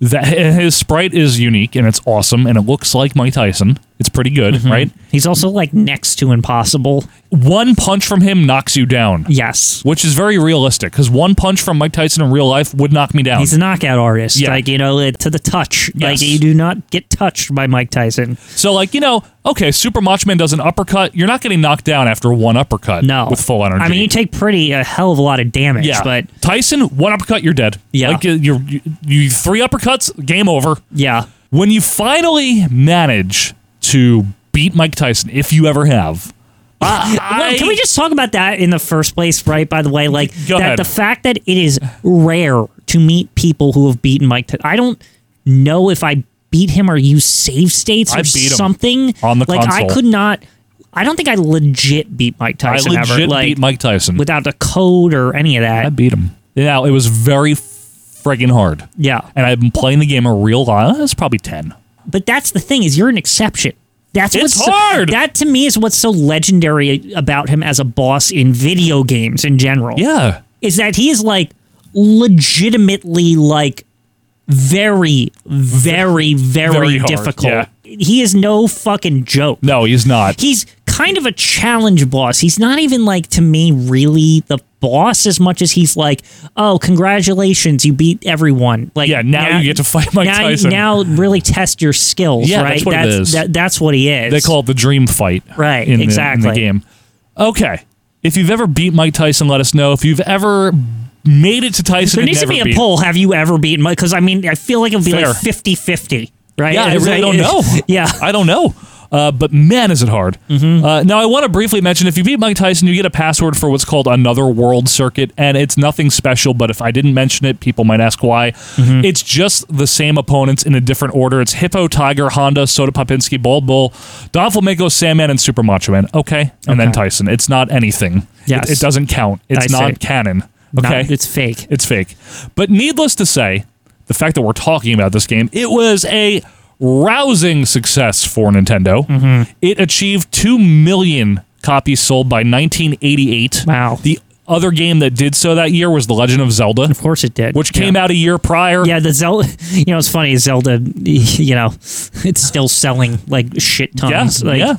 that his sprite is unique and it's awesome and it looks like Mike Tyson. It's pretty good, Mm-hmm. right? He's also like next to impossible. One punch from him knocks you down. Yes. Which is very realistic because one punch from Mike Tyson in real life would knock me down. He's a knockout artist. Yeah. Like, you know, uh, to the touch. Yes. Like, you do not get touched by Mike Tyson. So, like, you know, okay, Super Macho Man does an uppercut. You're not getting knocked down after one uppercut. No. With full energy. I mean, you take pretty a hell of a lot of damage, yeah. but Tyson, one uppercut, you're dead. Yeah. Like, you- you're, you, you three uppercuts, game over. yeah. When you finally manage to beat Mike Tyson, if you ever have, Well, can we just talk about that in the first place, right? By the way, like Go that ahead. the fact that it is rare to meet people who have beaten Mike. Tyson. I don't know if I beat him or use save states or I beat him something on the like I console. could not. I don't think I legit beat Mike Tyson I legit ever. Like beat Mike Tyson without a code or any of that. I beat him. Now it was very friggin' hard. Yeah. and I've been playing the game a real lot. It's probably ten. But that's the thing is you're an exception. That's It's what's so- hard. that to me is what's so legendary about him as a boss in video games in general. Yeah. Is that he is like legitimately like very very very, Very hard, difficult. yeah. He is no fucking joke. No, he's not. He's kind of a challenge boss. He's not even like to me really the boss as much as he's like, "Oh, congratulations, you beat everyone." Like Yeah, now you get to fight Mike now, Tyson. Now really test your skills, Yeah, right? that's what it is. That, that's what he is. They call it the dream fight. Right, in the- in exactly. the game. Okay. If you've ever beat Mike Tyson, let us know. If you've ever made it to Tyson, There and needs to never be a beat- poll. Have you ever beaten Mike? Because I mean, I feel like it'll be Fair. like 50 50, right? Yeah, I It's really don't like- know. Yeah. Mm-hmm. I don't know. Uh, but man, is it hard. Uh, now, I want to briefly mention if you beat Mike Tyson, you get a password for what's called another world circuit, and it's nothing special. But if I didn't mention it, people might ask why. Mm-hmm. It's just the same opponents in a different order. It's Hippo, Tiger, Honda, Soda Popinski, Bald Bull, Don Flamenco, Sandman, and Super Macho Man. Okay. And then Okay. Tyson. It's not anything. Yes. It, it doesn't count. I It's see. non canon. No, Okay. it's fake. It's fake. But needless to say, the fact that we're talking about this game, it was a rousing success for Nintendo. Mm-hmm. It achieved 2 million copies sold by 1988. Wow. The other game that did so that year was The Legend of Zelda, Of course it did. which came yeah. out a year prior. Yeah, the Zelda. You know, it's funny. Zelda. You know, it's still selling like shit tons. Yeah, like, yeah. Um,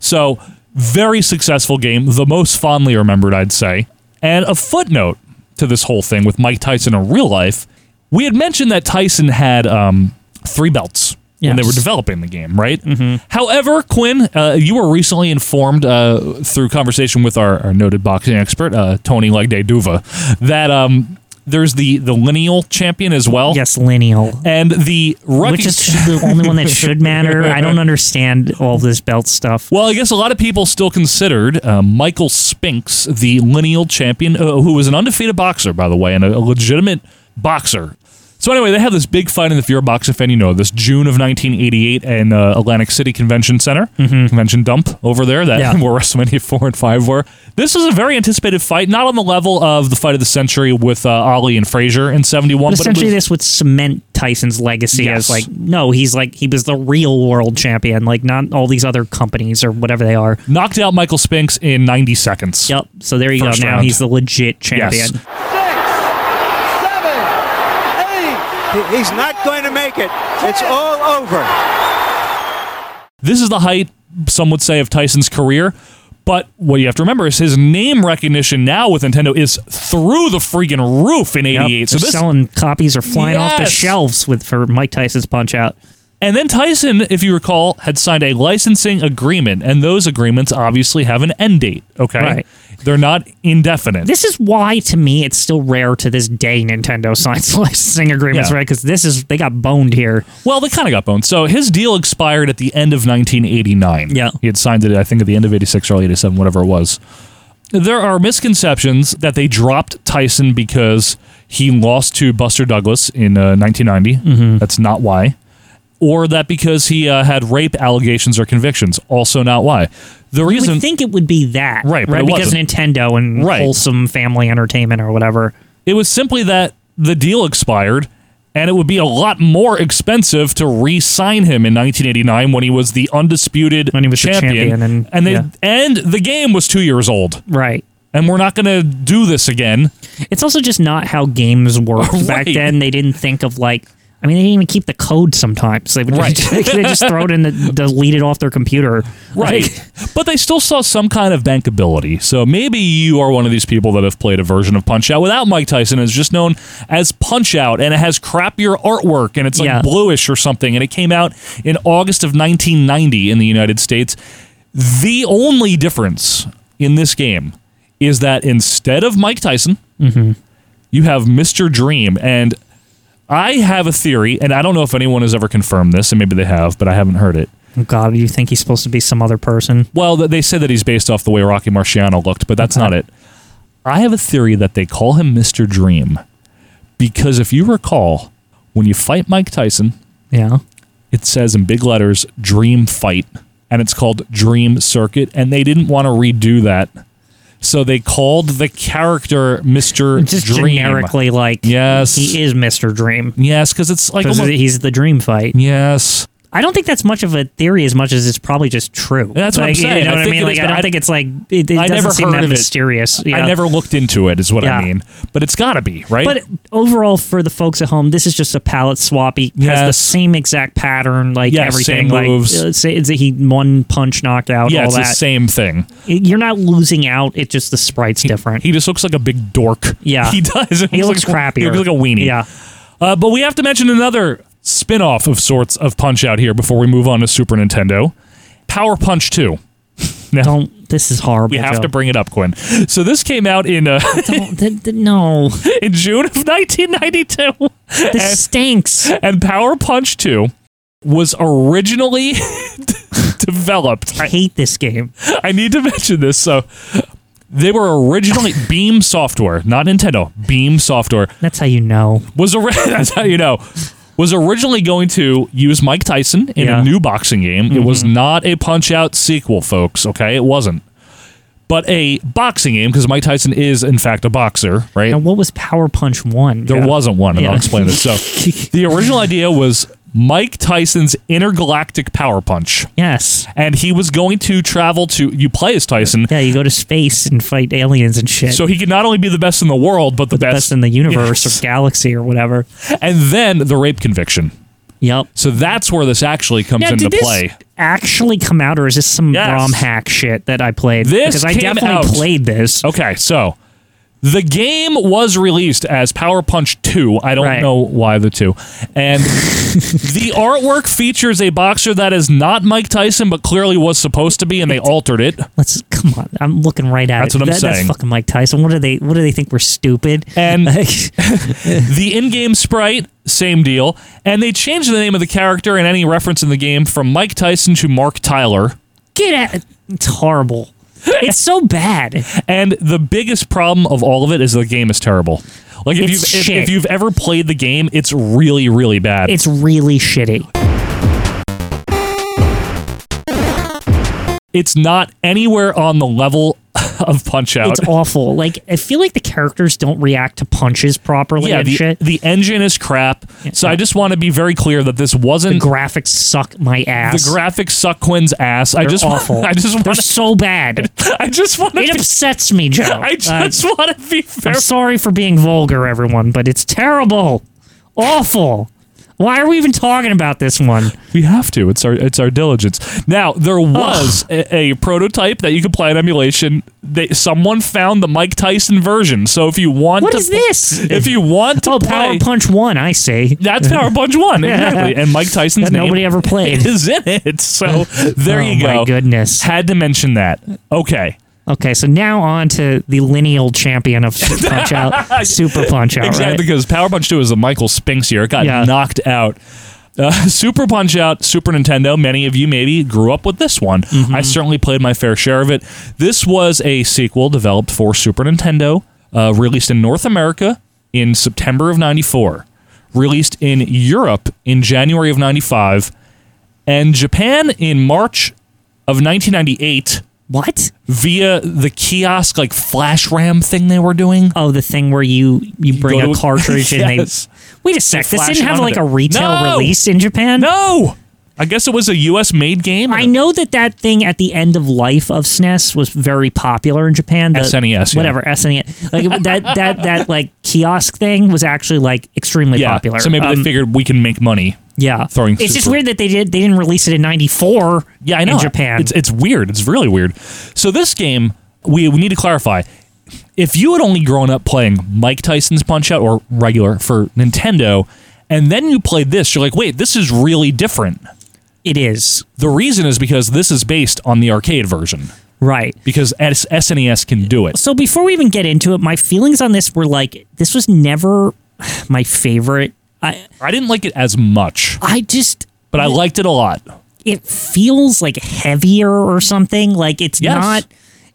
So, very successful game, the most fondly remembered, I'd say. And a footnote to this whole thing with Mike Tyson in real life, we had mentioned that Tyson had um, three belts when they Yes. were developing the game, right? Mm-hmm. However, Quinn, uh, you were recently informed uh, through conversation with our, our noted boxing expert, uh, Tony Legday Duva, that um, there's the, the lineal champion as well. Yes, lineal. And the rookie Which is the only one that should matter. I don't understand all this belt stuff. Well, I guess a lot of people still considered uh, Michael Spinks the lineal champion, uh, who was an undefeated boxer, by the way, and a, a legitimate boxer. So anyway, they have this big fight, and if you're a boxing fan, you know this. June of 1988, in uh, Atlantic City Convention Center, convention dump over there, that Mm-hmm. Yeah. where WrestleMania four and five were. This was a very anticipated fight, not on the level of the fight of the century with uh, Ali and Frazier in '71, But but, it essentially, was- this would cement Tyson's legacy Yes. as like, no, he's like he was the real world champion, like not all these other companies or whatever they are. knocked out Michael Spinks in 90 seconds. Yep. So there you First go. Now round. he's the legit Yes. champion. He's not going to make it. It's all over. This is the height, some would say, of Tyson's career. But what you have to remember is his name recognition now with Nintendo is through the freaking roof in Yep. '88. So They're this, selling copies are flying off the Yes. shelves with for Mike Tyson's Punch Out. and then Tyson, if you recall, had signed a licensing agreement, and those agreements obviously have an end date. Okay, Right. they're not indefinite. This is why, to me, it's still rare to this day. Nintendo signs licensing agreements, Yeah. right? Because this is they got boned here. well, they kind of got boned. So his deal expired at the end of 1989. Yeah. he had signed it, I think, at the end of '86 early '87, whatever it was. There are misconceptions that they dropped Tyson because he lost to Buster Douglas in uh, 1990. That's not why. Or that because he uh, had rape allegations or convictions. Also not why. The You reason would think it would be that, Right, but Right, it because wasn't. Nintendo and Right. wholesome family entertainment or whatever. it was simply that the deal expired and it would be a lot more expensive to re-sign him in 1989 when he was the undisputed When he was the champion, champion and- they, yeah. and the game was two years old Right. and we're not going to do this again It's also just not how games worked back Right. then. They didn't think of like. I mean, they didn't even keep the code sometimes. They would just, Right. they just throw it in, the, delete it off their computer. Right. Like, but they still saw some kind of bankability. So maybe you are one of these people that have played a version of Punch Out without Mike Tyson. It's just known as Punch Out and it has crappier artwork and it's like Yeah. bluish or something. And it came out in August of 1990 in the United States. The only difference in this game is that instead of Mike Tyson, you have Mr. Dream. And I have a theory, and I don't know if anyone has ever confirmed this, and maybe they have, but I haven't heard it. Oh, God, you think he's supposed to be some other person? Well, th- they say that he's based off the way Rocky Marciano looked, but that's not it. I have a theory that they call him Mr. Dream because if you recall, when you fight Mike Tyson, Yeah. it says in big letters dream fight and it's called dream circuit and they didn't want to redo that so they called the character mr Just dream generically, like yes he is Mr. Dream. yes because it's like 'Cause almost- he's the dream fight. yes I don't think that's much of a theory as much as it's probably just true. That's what I'm Like, saying. You know I what I think mean? it Like, is, I but don't I- think it's like it, it i doesn't never seem heard that of mysterious. it yeah. i never looked into it is what i Yeah. mean but it's gotta be right But overall, for the folks at home, this is just a palette swap. He has the Yes. same exact pattern, like Yes, same everything. like, moves. uh, say it's a, he one punch knockout. yeah all it's that. the same thing It- You're not losing out. It's just the sprites different. he just looks like a big dork yeah, he does It He looks like, crappier. he looks like a weenie Yeah, Uh, but we have to mention another spin off of sorts of Punch Out here before we move on to Super Nintendo Power Punch 2. Now, don't. This is horrible. we have Joe. to bring it up, Quinn. So this came out in uh, Don't, th- th- no, in June of 1992. this stinks. And, and Power Punch 2 was originally developed. I hate this game. I need to mention this. So they were originally Beam Software, not Nintendo. Beam Software That's how you know. was ori- that's how you know was originally going to use Mike Tyson in Yeah. Mm-hmm. a new boxing game. It was not a Punch Out sequel, folks. Okay, it wasn't, but a boxing game because Mike Tyson is in fact a boxer, right? Now, what was Power Punch One? There Joe? wasn't one, and Yeah. I'll explain this. So the original idea was Mike Tyson's intergalactic power punch. Yes. And he was going to travel to you play as Tyson, Yeah, you go to space and fight aliens and shit. so he could not only be the best in the world, but the, the best in the universe or galaxy or whatever. And then the rape conviction. Yep. So that's where this actually comes Now, into did this play. actually come out, or is this some Yes. ROM hack shit that I played? This because I came definitely out. Oh. played this. Okay, so the game was released as Power Punch 2. I don't Right. know why the 2. And the artwork features a boxer that is not Mike Tyson, but clearly was supposed to be, and they altered it. Let's come on. I'm looking right at That's it. what I'm That- saying. That's fucking Mike Tyson. What do they? What do they think we're stupid? And- Like, The in game sprite, same deal. And they changed the name of the character and any reference in the game from Mike Tyson to Mark Tyler. get at. It's horrible. It's so bad. And the biggest problem of all of it is the game is terrible. Like if It's you've if, shit. if you've ever played the game, it's really really bad. It's really shitty. it's not anywhere on the level of Punch Out. It's awful. Like I feel like the characters don't react to punches properly yeah, and the, shit. the engine is crap. So I just want to be very clear that this the wasn't the, graphics suck my ass. graphics suck Quinn's ass. I They're just awful. I just They're want so bad. I just want It to upsets me, Joe. I Uh, just want to be fair. I'm sorry for being vulgar, everyone, but it's terrible, awful. Why are we even talking about this one? We have to. It's our it's our diligence. Now there was a, a prototype that you could play in emulation. They someone found the Mike Tyson version. So if you want, What to is pl- this? If you want to Oh, Power play, Punch One, I see. that's Power Punch One exactly. And Mike Tyson's That name nobody ever played. is in it. So there Oh, you go. my goodness. Had to mention that. Okay. Okay, so now on to the lineal champion of Punch Out, Super Punch Out, exactly right? because Power Punch 2 is a Michael Spinks year. It got Yeah. knocked out. Uh, Super Punch Out, Super Nintendo. Many of you maybe grew up with this one. Mm-hmm. I certainly played my fair share of it. This was a sequel developed for Super Nintendo, uh, released in North America in September of '94, released in Europe in January of '95, and Japan in March of 1998 What? via the kiosk like flash ram thing they were doing. Oh, the thing where you you bring go a to- cartridge and Yes. they. Wait a sec. This flash didn't it have onto like the- a retail No! release in Japan. No, I guess it was a U.S. made game. I know that that thing at the end of life of SNES was very popular in Japan. The, SNES, E yeah. whatever SNES, like that that that like kiosk thing was actually like extremely yeah. popular. So maybe Um, they figured we can make money. yeah, throwing It's just super- weird that they did they didn't release it in '94. Yeah, I know. in Japan. it's it's weird. It's really weird. So this game, we we need to clarify. If you had only grown up playing Mike Tyson's Punch Out or regular for Nintendo, and then you played this, you're like, wait, this is really different. it is The reason is because this is based on the arcade version right. because S- SNES can do it. So before we even get into it, my feelings on this were like this was never my favorite. I I didn't like it as much, I just but I liked it a lot. Oh, it feels like heavier or something. Like it's Yes. not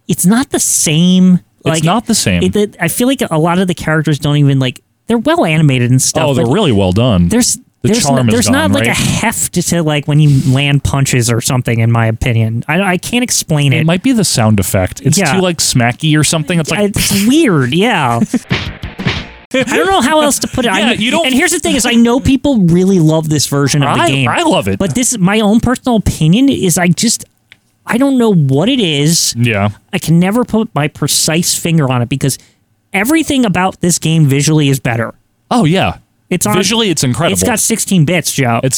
it's not the same. Like, not the same. It, it- I feel like a lot of the characters don't even like they're well animated and stuff. oh, they're but really well done. There's the there's, charm n- is there's gone, not like a right? heft to like when you land punches or something. In my opinion, I, I can't explain it. It might be the sound effect. It's Yeah. too like smacky or something. It's like it's weird. Yeah. I don't know how else to put it. I Yeah, kn- you don't- and here's the thing: is I know people really love this version of the I- game. I love it. but this my own personal opinion is I just I don't know what it is. Yeah, I can never put my precise finger on it because everything about this game visually is better. Oh yeah, it's on, Visually, it's incredible. It's got 16 bits, Joe. It's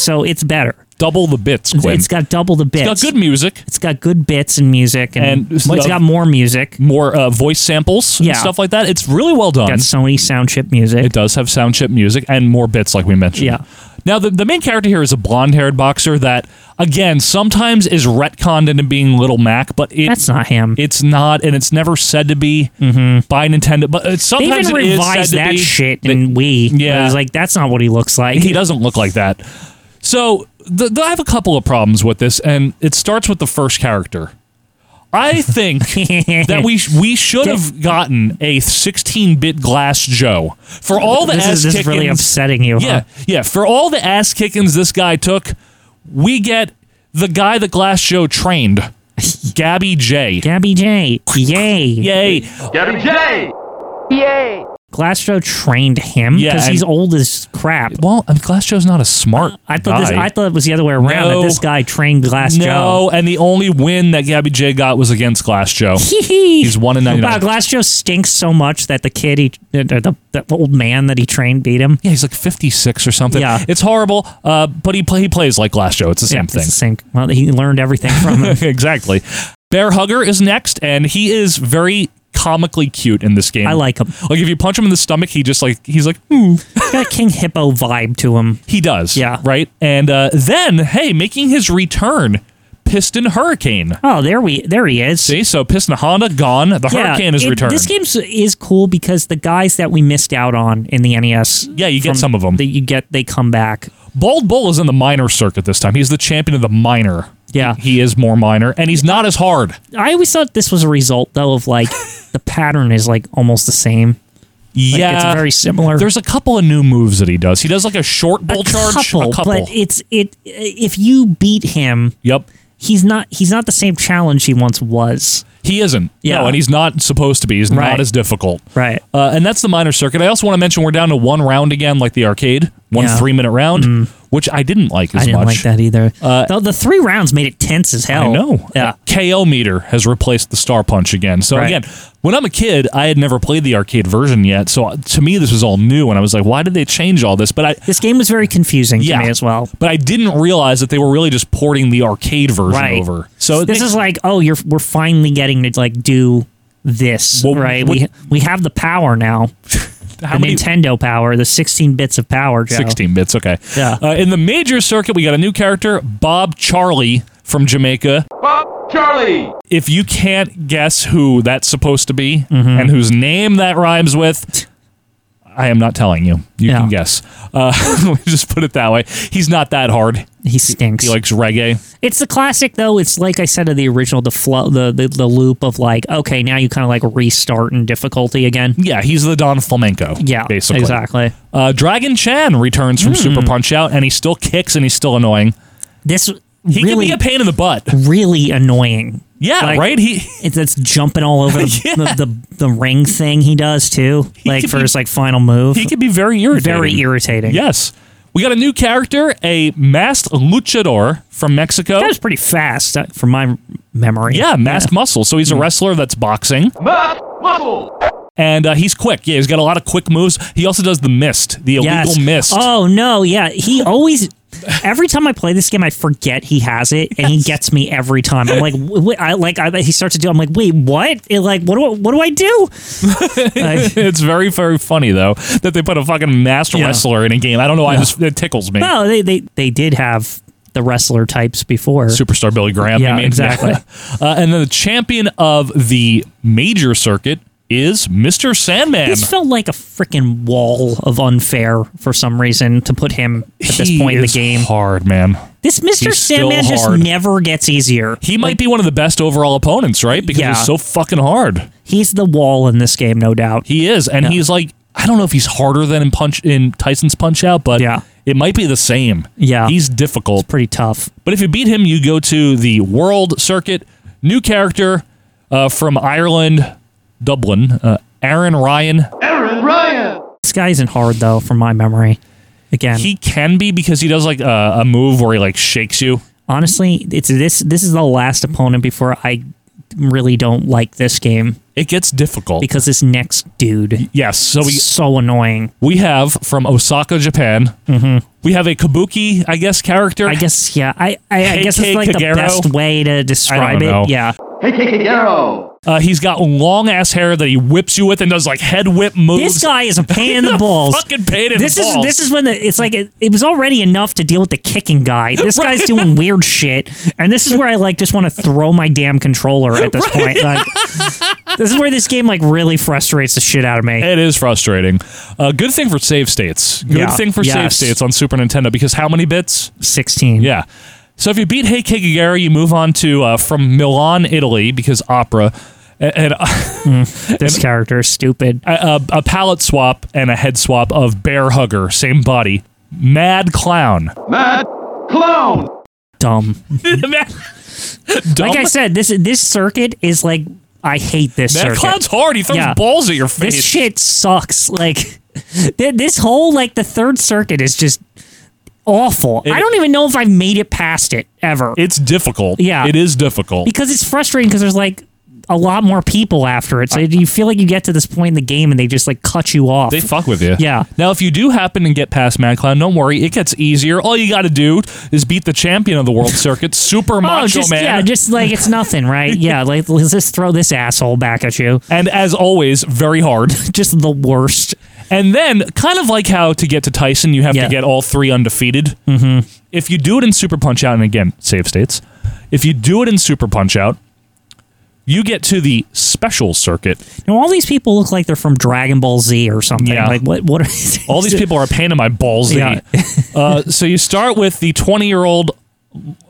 so it's better. Double the bits. Quinn. It's got double the bits. got good music. It's got good bits and music, and, And s- well, it's uh, got more music, more uh, voice samples and Yeah. stuff like that. It's really well done. Got Sony sound chip music. It does have sound chip music and more bits, like we mentioned. Yeah. Now, the, the main character here is a blonde haired boxer that, again, sometimes is retconned into being Little Mac, but it, That's not him. It's not, and it's never said to be by Nintendo. But it's They sometimes even it is revised said to that be- shit in Wii. Yeah. I was like, that's not what he looks like. He doesn't look like that. So the, the- I have a couple of problems with this, and it starts with the first character. I think that we sh- we should have gotten a 16-bit glass Joe for all the This is- ass this is really uh-huh. kickings- upsetting you, huh? Yeah, yeah. For all the ass kickings this guy took, we get the guy that Glass Joe trained, Gabby J. Gabby J. Yay! Yay! Gabby J! Yay! Glassjoe trained him Yeah, because he's and- old as crap. Well, um, Glassjoe's not a smart. I thought this, guy. I thought it was the other way around. No. That this guy trained Glass Joe. No, and the only win that Gabby J got was against Glass Joe. He's one in Wow, ninety-nine. Glass Joe stinks so much that the kid, he, uh, the, the old man that he trained, beat him. Yeah, he's like fifty-six or something. Yeah, It's horrible, uh, but he play, he plays like Glass Joe. It's the Yeah, same it's thing. the same. Well, he learned everything from him. exactly. Bear Hugger is next, and he is very comically cute in this game. I like him. Like if you punch him in the stomach, he just like he's like He's got a King Hippo vibe to him. he does. Yeah. Right. And uh, then hey, making his return, Piston Hurricane. Oh, there we there he is. See, so Piston Honda gone. The Yeah, Hurricane is it- returned. This game is cool because the guys that we missed out on in the NES. Yeah, you get some of them. That you get, they come back. Bald Bull is in the minor circuit this time. He's the champion of the minor. Yeah. He is more minor, and he's not as hard. I always thought this was a result though of like the pattern is like almost the same. Like, Yeah. it's very similar. There's a couple of new moves that he does. He does like a short bull a charge. couple, a couple. but it's it. If you beat him, yep, he's not he's not the same challenge he once was. He isn't. Yeah. No, and he's not supposed to be. He's Right. not as difficult. Right. Uh, and that's the minor circuit. I also want to mention we're down to one round again, like the arcade, one Yeah. Mm-hmm. three minute round, which I didn't like as I didn't much. Uh, like that either. Though the three rounds made it tense as hell. I know. Yeah. KO meter has replaced the star punch again. So Right. again, when I'm a kid, I had never played the arcade version yet. So to me, this was all new, and I was like, why did they change all this? But I This game was very confusing yeah, to me as well. But I didn't realize that they were really just porting the arcade version Right. over. So it this makes- is like, oh, you're we're finally getting to like do this, right? we we have the power now. How the many- Nintendo power, the 16 bits of power, Joe. 16 bits. Okay. Yeah. Uh, in the major circuit, we got a new character, Bob Charlie from Jamaica. Bob Charlie! If you can't guess who that's supposed to be Mm-hmm. and whose name that rhymes with, I am not telling you. You can guess. Uh, let me just put it that way. He's not that hard. He stinks. He likes reggae. It's the classic though. It's like I said of the original, the flow, the, the the loop of like, okay, now you kind of like restart in difficulty again. Yeah, he's the Don Flamenco. Yeah, Hmm. basically. exactly. Uh, Dragon Chan returns from Super Punch Out, and he still kicks and he's still annoying. This He can really be a pain in the butt. really annoying. Yeah, Like, right. He it's, it's jumping all over the, the, the the ring thing he does too, like could for be- his like final move. He could be very irritating. Very irritating. Yes. We got a new character, a masked luchador from Mexico. That was pretty fast uh, from my memory. Yeah, masked muscle. So he's a wrestler that's boxing. Muscle! And uh, he's quick. Yeah, he's got a lot of quick moves. He also does the mist, the illegal Yes. mist. Oh no, yeah. He always every time I play this game I forget he has it and he gets me every time. I'm like w- w- I like I, he starts to do I'm like, "Wait, what?" It, like, "What do I, what do I do?" it's very, very funny, though, that they put a fucking masked Yeah. wrestler in a game. I don't know why. Yeah. This, it tickles me. No, they they they did have the wrestler types before. Superstar Billy Graham. Yeah, I mean. exactly. uh, and then the champion of the major circuit, is Mr. Sandman. This felt like a freaking wall of unfair for some reason to put him at this He point in the is game. Hard man. This Mr. He's still Sandman just hard. never gets easier. He might be one of the best overall opponents, right? Because Yeah. he's so fucking hard. He's the wall in this game, no doubt. He is, and he's like I don't know if he's harder than in punch in Tyson's Punch Out, but yeah. it might be the same. Yeah. he's difficult, pretty tough. But if you beat him, you go to the World Circuit. New character uh, from Ireland, Dublin, uh, Aaron Ryan. Aaron Ryan. This guy isn't hard though, from my memory. Again, He can be because he does like uh, a, a move where he like shakes you. honestly, it's this. This is the last opponent before I really don't like this game It gets difficult because this next dude, yes, so we so annoying. we have from Osaka, Japan. We have a Kabuki, I guess, character. I guess yeah. I I, I guess it's like the best way to describe it. know. Yeah, Hey, Kikigero. Uh, he's got long ass hair that he whips you with and does like head whip moves. this guy is a pain in the balls. Fucking pain in this the is balls. this is when the, it's like it, it was already enough to deal with the kicking guy. This Right. guy's doing weird shit, and this is where I like just want to throw my damn controller at this point. Like, this is where this game like really frustrates the shit out of me. It is frustrating. Uh, good thing for save states. Good Yeah. thing for save Yes. states on Super Nintendo because how many bits? 16. Yeah. So if you beat Hey Kigigari, you move on to uh, from Milan, Italy because opera. a- And, This character is stupid. a, a, a palette swap and a head swap of Bear Hugger, same body. Mad Clown. Mad Clown. Dumb. Dumb. Like I said, this this circuit is like I hate this Mad circuit. Clown's hard. He throws Yeah. balls at your face. This shit sucks. Like th- this whole like the third circuit is just awful. I don't even know if I've made it past it ever. It's difficult. Yeah. It is difficult. because it's frustrating because there's like a lot more people after it. So you feel like you get to this point in the game and they just like cut you off. They fuck with you. Yeah. Now, if you do happen and get past Mad Clown, don't worry. It gets easier. All you got to do is beat the champion of the world circuit, Super Macho oh, just Man. yeah, just like it's nothing, right? yeah, like let's just throw this asshole back at you. and as always, very hard. Just the worst. And then, kind of like how to get to Tyson, you have to get all three undefeated. Mm-hmm. If you do it in Super Punch Out, and again, save states, if you do it in Super Punch Out, you get to the special circuit. Now all these people look like they're from Dragon Ball Z or something. Like what? What? Are, All these people are a pain in my balls. to Yeah. eat. uh, so you start with the 20 year old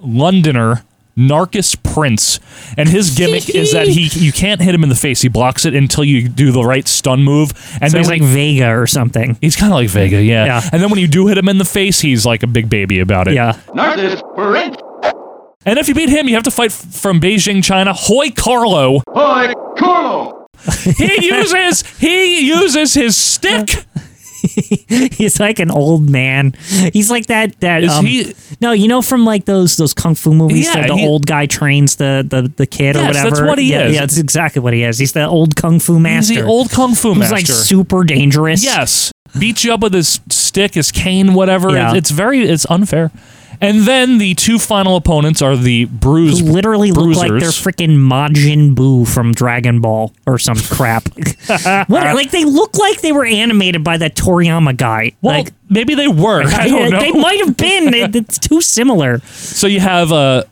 Londoner Narcus Prince, and his gimmick is that he you can't hit him in the face. He blocks it until you do the right stun move, and so then he's when- like Vega or something. he's kind of like Vega, yeah. Yeah. And then when you do hit him in the face, he's like a big baby about it. Yeah. Narcissist Prince. And if you beat him, you have to fight f- from Beijing, China. Hoi Carlo. Boy, Carlo. He uses he uses his stick. he's like an old man. He's like that. That Is um, he- No, you know from like those those kung fu movies Yeah, that the he- old guy trains the the, the kid or Yes, whatever. that's what he yeah, is. Yeah, that's exactly what he is. He's the old kung fu master. He's the old kung fu who's master. like super dangerous. Yes, beats you up with his stick, his cane, whatever. Yeah. It's, it's very, it's unfair. And then the two final opponents are the Bruise. Who literally bruisers. look like they're freaking Majin Buu from Dragon Ball or some crap. what? Like they look like they were animated by that Toriyama guy. Well, like maybe they were. I don't know. They might have been. It- It's too similar. so you have uh,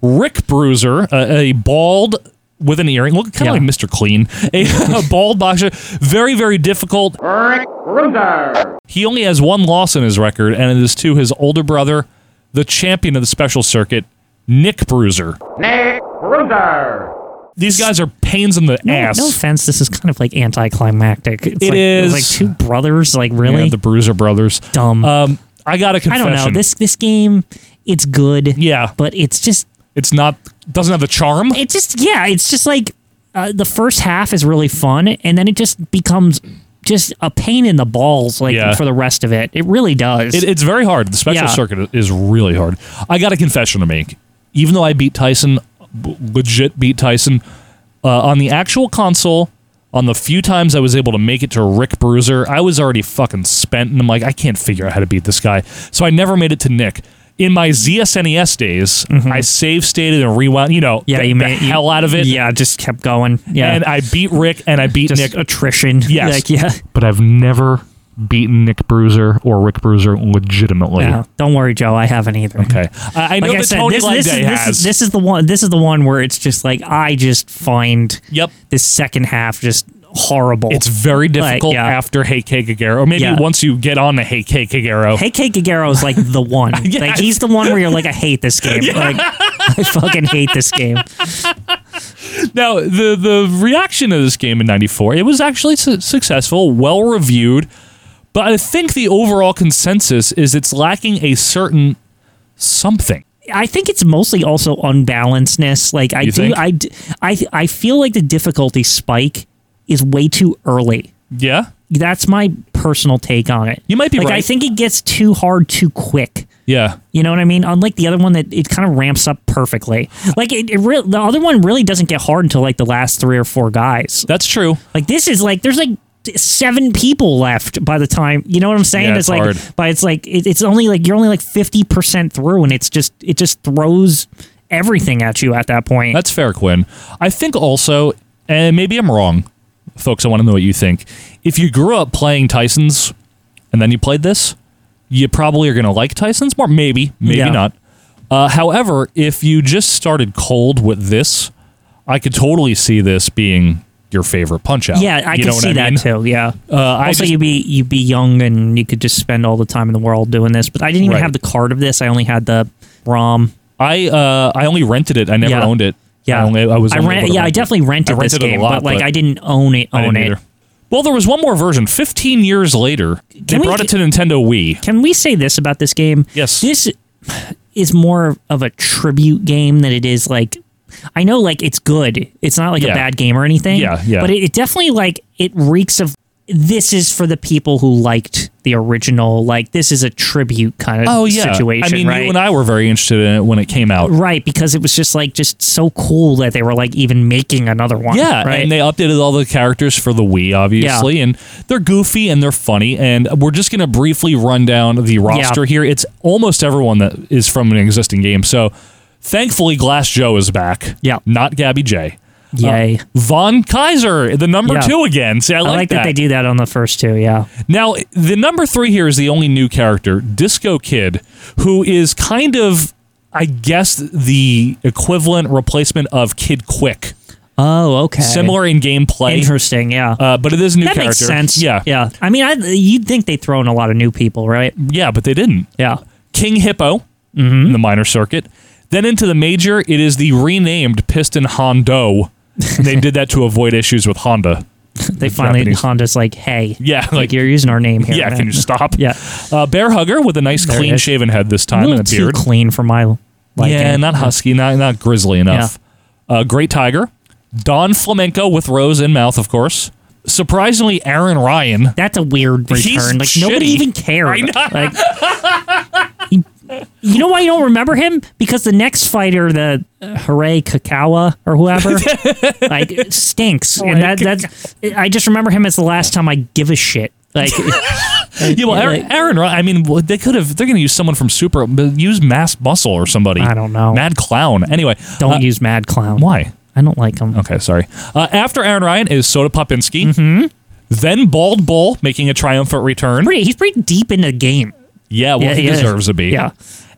Rick Bruiser, a, a bald with an earring, look kind of like Mr. Clean, a, a bald boxer, very, very difficult. Rick Ruger. He only has one loss in his record, and it is to his older brother, the champion of the special circuit, Nick Bruiser. Nick Ruger. These guys are pains in the No, ass. no offense, this is kind of like anticlimactic. It's It like, is. like two brothers, like really Yeah, the Bruiser Brothers. dumb. Um, I got a I confession. don't know this this game. It's good, Yeah, but it's just it's not doesn't have the charm. it just yeah, it's just like uh, the first half is really fun, and then it just becomes just a pain in the balls like Yeah. for the rest of it. It really does. It, it's very hard. The special Yeah. circuit is really hard. I got a confession to make. Even though I beat Tyson, b- legit beat Tyson uh, on the actual console. On the few times I was able to make it to Rick Bruiser, I was already fucking spent, and I'm like, I can't figure out how to beat this guy. So I never made it to Nick. In my ZSNES E days, I save stated and rewound, Mm-hmm. you know, yeah, the, you the made you- hell out of it. Yeah, just kept going. Yeah, And I beat Rick and I beat just Nick attrition. Yes. like, yeah. but I've never beaten Nick Bruiser or Rick Bruiser legitimately. No, don't worry, Joe. I haven't either. Okay. I, I know that Tony this, Leday this, is, this, has. is, this is the one. This is the one where it's just like I just find Yep. this second half just horrible. It's very difficult yeah. after Hey K Gagero, or maybe Yeah. once you get on the Hey K Gagero. Hey K Gagero is like the one. Like he's the one where you're like, I hate this game. Like I fucking hate this game. Now, the the reaction to this game in '94, it was actually su- successful, well reviewed, but I think the overall consensus is it's lacking a certain something. I think it's mostly also unbalancedness. Like I You do, think? I, d- I, th- I feel like the difficulty spike is way too early. Yeah, that's my personal take on it. You might be like, I right. think it gets too hard too quick. Yeah, You know what I mean? Unlike the other one, that it kind of ramps up perfectly. Like it, it re- the other one really doesn't get hard until like the last three or four guys. That's true. Like this is like there's like t- seven people left by the time you know what I'm saying. Yeah, it's it's, like, hard. but it's like it, it's only like you're only like fifty percent through, and it's just it just throws everything at you at that point. That's fair, Quinn. I think also, and maybe I'm wrong, folks. I want to know what you think. If you grew up playing Tyson's and then you played this, you probably are going to like Tyson's more. Maybe, maybe Yeah. not. Uh, however, if you just started cold with this, I could totally see this being your favorite punch out. Yeah, I you can know what see I that mean? too. Yeah. Uh, I also, just- you'd be you'd be young and you could just spend all the time in the world doing this. But I didn't even Right. have the card of this. I only had the ROM. I uh, I only rented it. I never Yeah. owned it. Yeah, I, only, I was. I only ran- able to yeah, I rent it. definitely rented I this rented it a game, lot, but, like, I didn't own it- I didn't own it. either. Well, there was one more version, 15 years later. they we- brought it to Nintendo Wii. Can we say this about this game? Yes. This is more of a tribute game than it is like. I know, like it's good. It's not like a Yeah. bad game or anything. Yeah, yeah. But it, it definitely like it reeks of. This is for the people who liked the original. Like this is a tribute kind of oh yeah situation. I mean, right? you and I were very interested in it when it came out. Right, because it was just like just so cool that they were like even making another one. Yeah, right. and they updated all the characters for the Wii, obviously, and they're goofy and they're funny. And we're just gonna briefly run down the roster here. It's almost everyone that is from an existing game. So, thankfully, Glass Joe is back. Yeah, not Gabby J. Yay. Uh, Von Kaiser, the number Yeah. two again. See, I I like, like, that. they do that on the first two. Yeah, Now, the number three here is the only new character, Disco Kid, who is kind of, I guess, the equivalent replacement of Kid Quick. Oh, okay. Similar in gameplay. Interesting, yeah. Uh, but it is a new that character. makes sense. Yeah. yeah. I mean, I, you'd think they throw in a lot of new people, right? Yeah, but they didn't. Yeah. King Hippo Mm-hmm. in the minor circuit. Then into the major, it is the renamed Piston Hondo. And they did that to avoid issues with Honda. They finally Honda's like, hey, Yeah, like, you're using our name here. Yeah, man. can you stop? Yeah, Uh, Bear Hugger with a nice There it clean is. shaven head this a time little and a too beard. clean for my liking. yeah, not husky, not not grizzly enough. Uh, Great Tiger, Don Flamenco with rose in mouth, of course. Surprisingly, Aaron Ryan. That's a weird He's return. Like nobody shitty. even cared. Like, you- you know why you don't remember him? Because the next fighter, the uh, Hooray Kakawa or whoever, like Oh stinks, and that that's. I just remember him as the last time I give a shit. Like, yeah, well, Aaron, Aaron Ryan. I mean, well, they could have. They're going to use someone from Super. but Use Mass Muscle or somebody. I don't know. Mad Clown. Anyway, uh, don't use Mad Clown. Why? I don't like him. Okay, sorry. Uh, after Aaron Ryan is Soda Popinski. Then Bald Bull making a triumphant return. Pretty, he's pretty deep in the game. Yeah, well, Yeah, he he is. deserves to be. Yeah.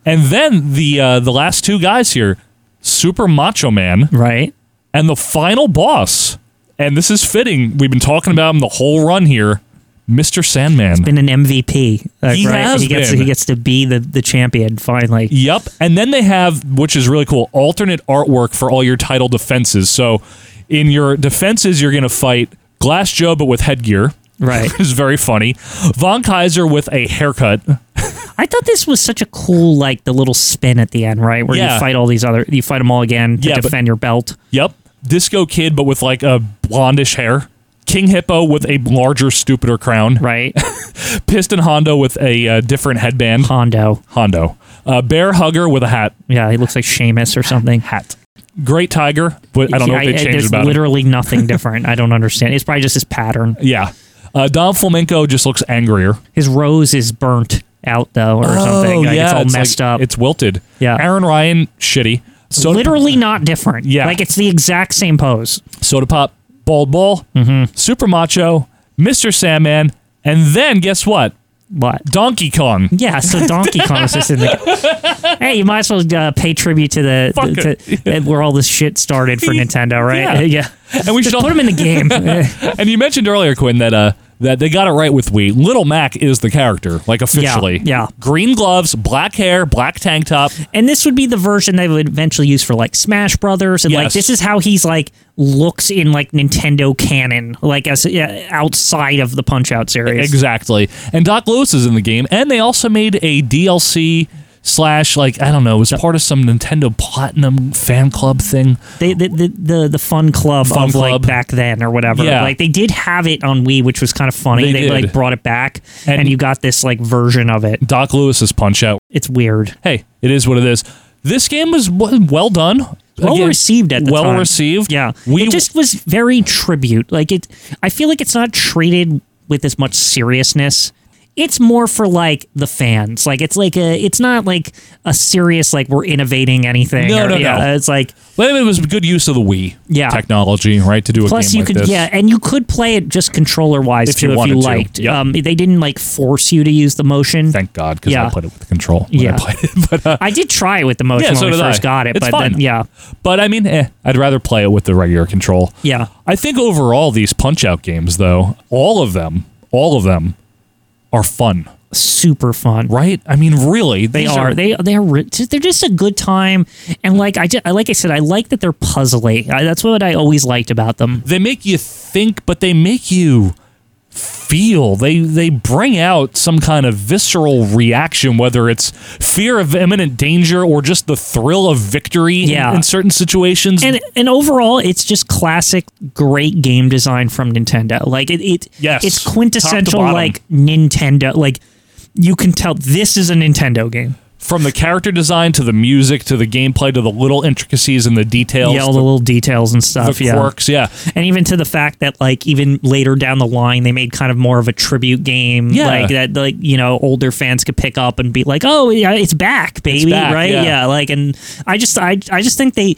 And then the uh, the last two guys here, Super Macho Man, right, and the final boss. And this is fitting. We've been talking about him the whole run here, Mister Sandman. been an MVP. Like, He right? has he gets been. he gets to be the the champion finally. Yep. And then they have, which is really cool, alternate artwork for all your title defenses. So in your defenses, you're going to fight Glass Joe, but with headgear. Right. it's very funny. Von Kaiser with a haircut. I thought this was such a cool, like the little spin at the end, right? Where Yeah. you fight all these other, you fight them all again to Yeah, but- defend your belt. Yep. Disco Kid, but with like a blondish hair. King Hippo with a larger, stupider crown. Right. Piston Hondo with a uh, different headband. Hondo. Hondo. Uh, Bear Hugger with a hat. Yeah, he looks like Seamus or something. Hat. Great Tiger, but I don't know if they changed there's about him. literally nothing different. I don't understand. It's probably just his pattern. Yeah. Uh, Don Flamenco just looks angrier. His rose is burnt out though, or something. Like, Oh, it's all like- messed up. Oh, It's wilted. Yeah. Aaron Ryan, shitty. Soda, literally not different. Yeah. like it's the exact same pose. Soda Pop, Mm-hmm. Bald Bull, Super Macho, Mr. Sandman, and then guess what? What? Donkey Kong. Yeah, so Donkey Kong is just in the. Hey, you might as well uh, pay tribute to the, Fuck the- to, where all this shit started for Nintendo, right? Yeah. And we should Just all- put them in the game. and you mentioned earlier, Quinn, that uh, that they got it right with Wii. Little Mac is the character, like officially. yeah. Green gloves, black hair, black tank top. and this would be the version they would eventually use for like Smash Brothers, and like Yes. this is how he's like looks in like Nintendo canon, like as yeah, outside of the Punch Out series. Exactly. And Doc Lewis is in the game, and they also made a DLC slash like I don't know, it was part of some Nintendo Platinum fan club thing. They, the, the the the fun club Fun of like club. back then or whatever. Yeah. Like they did have it on Wii, which was kind of funny. They They, did. like brought it back, And- and, you got this like version of it. Doc Lewis's Punch Out. It's weird. Hey, it is what it is. This game was w- well done. Well Again, received at the well time. received. Yeah, We it just was very tribute. Like it, I feel like it's not treated with as much seriousness. It's more for like the fans. Like it's like a, it's not like a serious like we're innovating anything. No, or- no, yeah, no. It's like Well, it was good use of the Wii Yeah. technology, right? To do a plus game you like could this. yeah, and you could play it just controller wise If too you if you wanted to, liked. yep. Um, they didn't like force you to use the motion. Thank God, because I Yeah. played it with the control. when I Yeah, played it. uh, I did try it with the motion Yeah, so when did I first I. got it, It's but fun. then yeah, But I mean, eh, I'd rather play it with the regular control. yeah. I think overall, these Punch Out games, though, all of them, all of them, are fun, super fun. right? I mean, really, They these are. They they are. ri- just- They're just a good time, and like I just, like I said, I like that they're puzzly. I, that's what I always liked about them. they make you think, but they make you feel. They they bring out some kind of visceral reaction, whether it's fear of imminent danger or just the thrill of victory. in- Yeah. in, certain situations. And and overall, it's just classic, great game design from Nintendo. Like it, it Yes. it's Top quintessential to bottom. like Nintendo. Like you can tell this is a Nintendo game. from the character design to the music to the gameplay to the little intricacies and the details, Yeah, all the, little details and the stuff. yeah. quirks. Yeah. and even to the fact that like even later down the line they made kind of more of a tribute game Yeah. like that like you know older fans could pick up and be like oh yeah it's back baby back, right yeah. like and i just i i just think they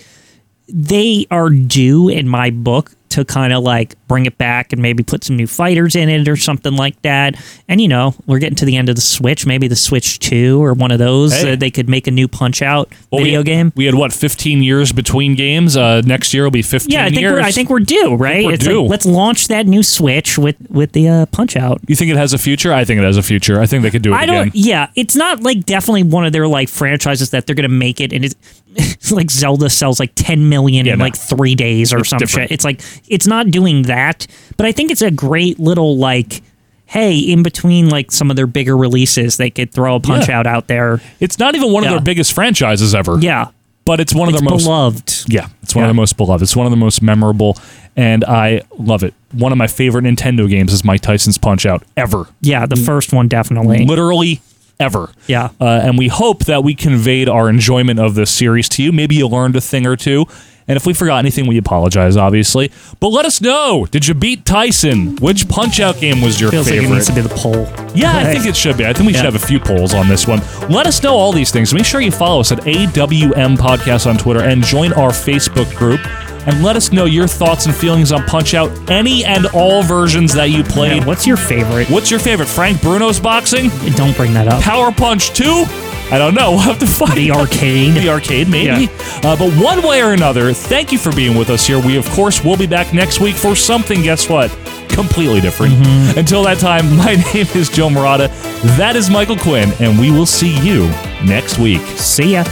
they are due in my book to kind of like bring it back and maybe put some new fighters in it or something like that. And you know, we're getting to the end of the Switch, maybe the Switch 2 or one of those Hey. uh, they could make a new Punch Out Well, video we, game. We had what 15 years between games. Uh, next year will be 15 Yeah, I think years. we're, I think we're due, right? we're it's due. Like, let's launch that new Switch with with the uh, Punch Out. you think it has a future? I think it has a future. I think they could do it I again. don't. Yeah, it's not like definitely one of their like franchises that they're gonna make it, and it's, it's like Zelda sells like ten million Yeah, in no. like three days or It's some different. shit. It's like it's not doing that, but I think it's a great little like. Hey, in between like some of their bigger releases, they could throw a punch Yeah. out out there. It's not even one of Yeah. their biggest franchises ever. Yeah, but it's one of it's their most. beloved. Yeah, it's one Yeah. of the most beloved. It's one of the most memorable, and I love it. One of my favorite Nintendo games is Mike Tyson's Punch Out ever. Yeah, the first one definitely. literally ever. Yeah. Uh, and we hope that we conveyed our enjoyment of this series to you. Maybe you learned a thing or two. And if we forgot anything, we apologize, obviously. But let us know did you beat Tyson? Which Punch Out game was your Feels like favorite? it needs to be the poll. yeah, I think it should be. I think we should Yeah. have a few polls on this one. Let us know all these things. Make sure you follow us at AWM Podcast on Twitter and join our Facebook group. And let us know your thoughts and feelings on Punch Out, any and all versions that you played. Yeah, what's your favorite? What's your favorite? Frank Bruno's boxing? Don't bring that up. Power Punch 2? I don't know. We'll have to find The out. arcade. The arcade, maybe. Uh, but one way or another, thank you for being with us here. We, of course, will be back next week for something, guess what? Completely different. Mm-hmm. Until that time, my name is Joe Morata. That is Michael Quinn, and we will see you next week. See ya.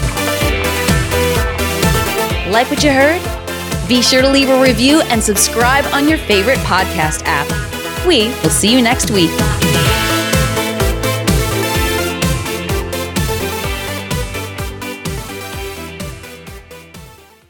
Like what you heard? Be sure to leave a review and subscribe on your favorite podcast app. We will see you next week.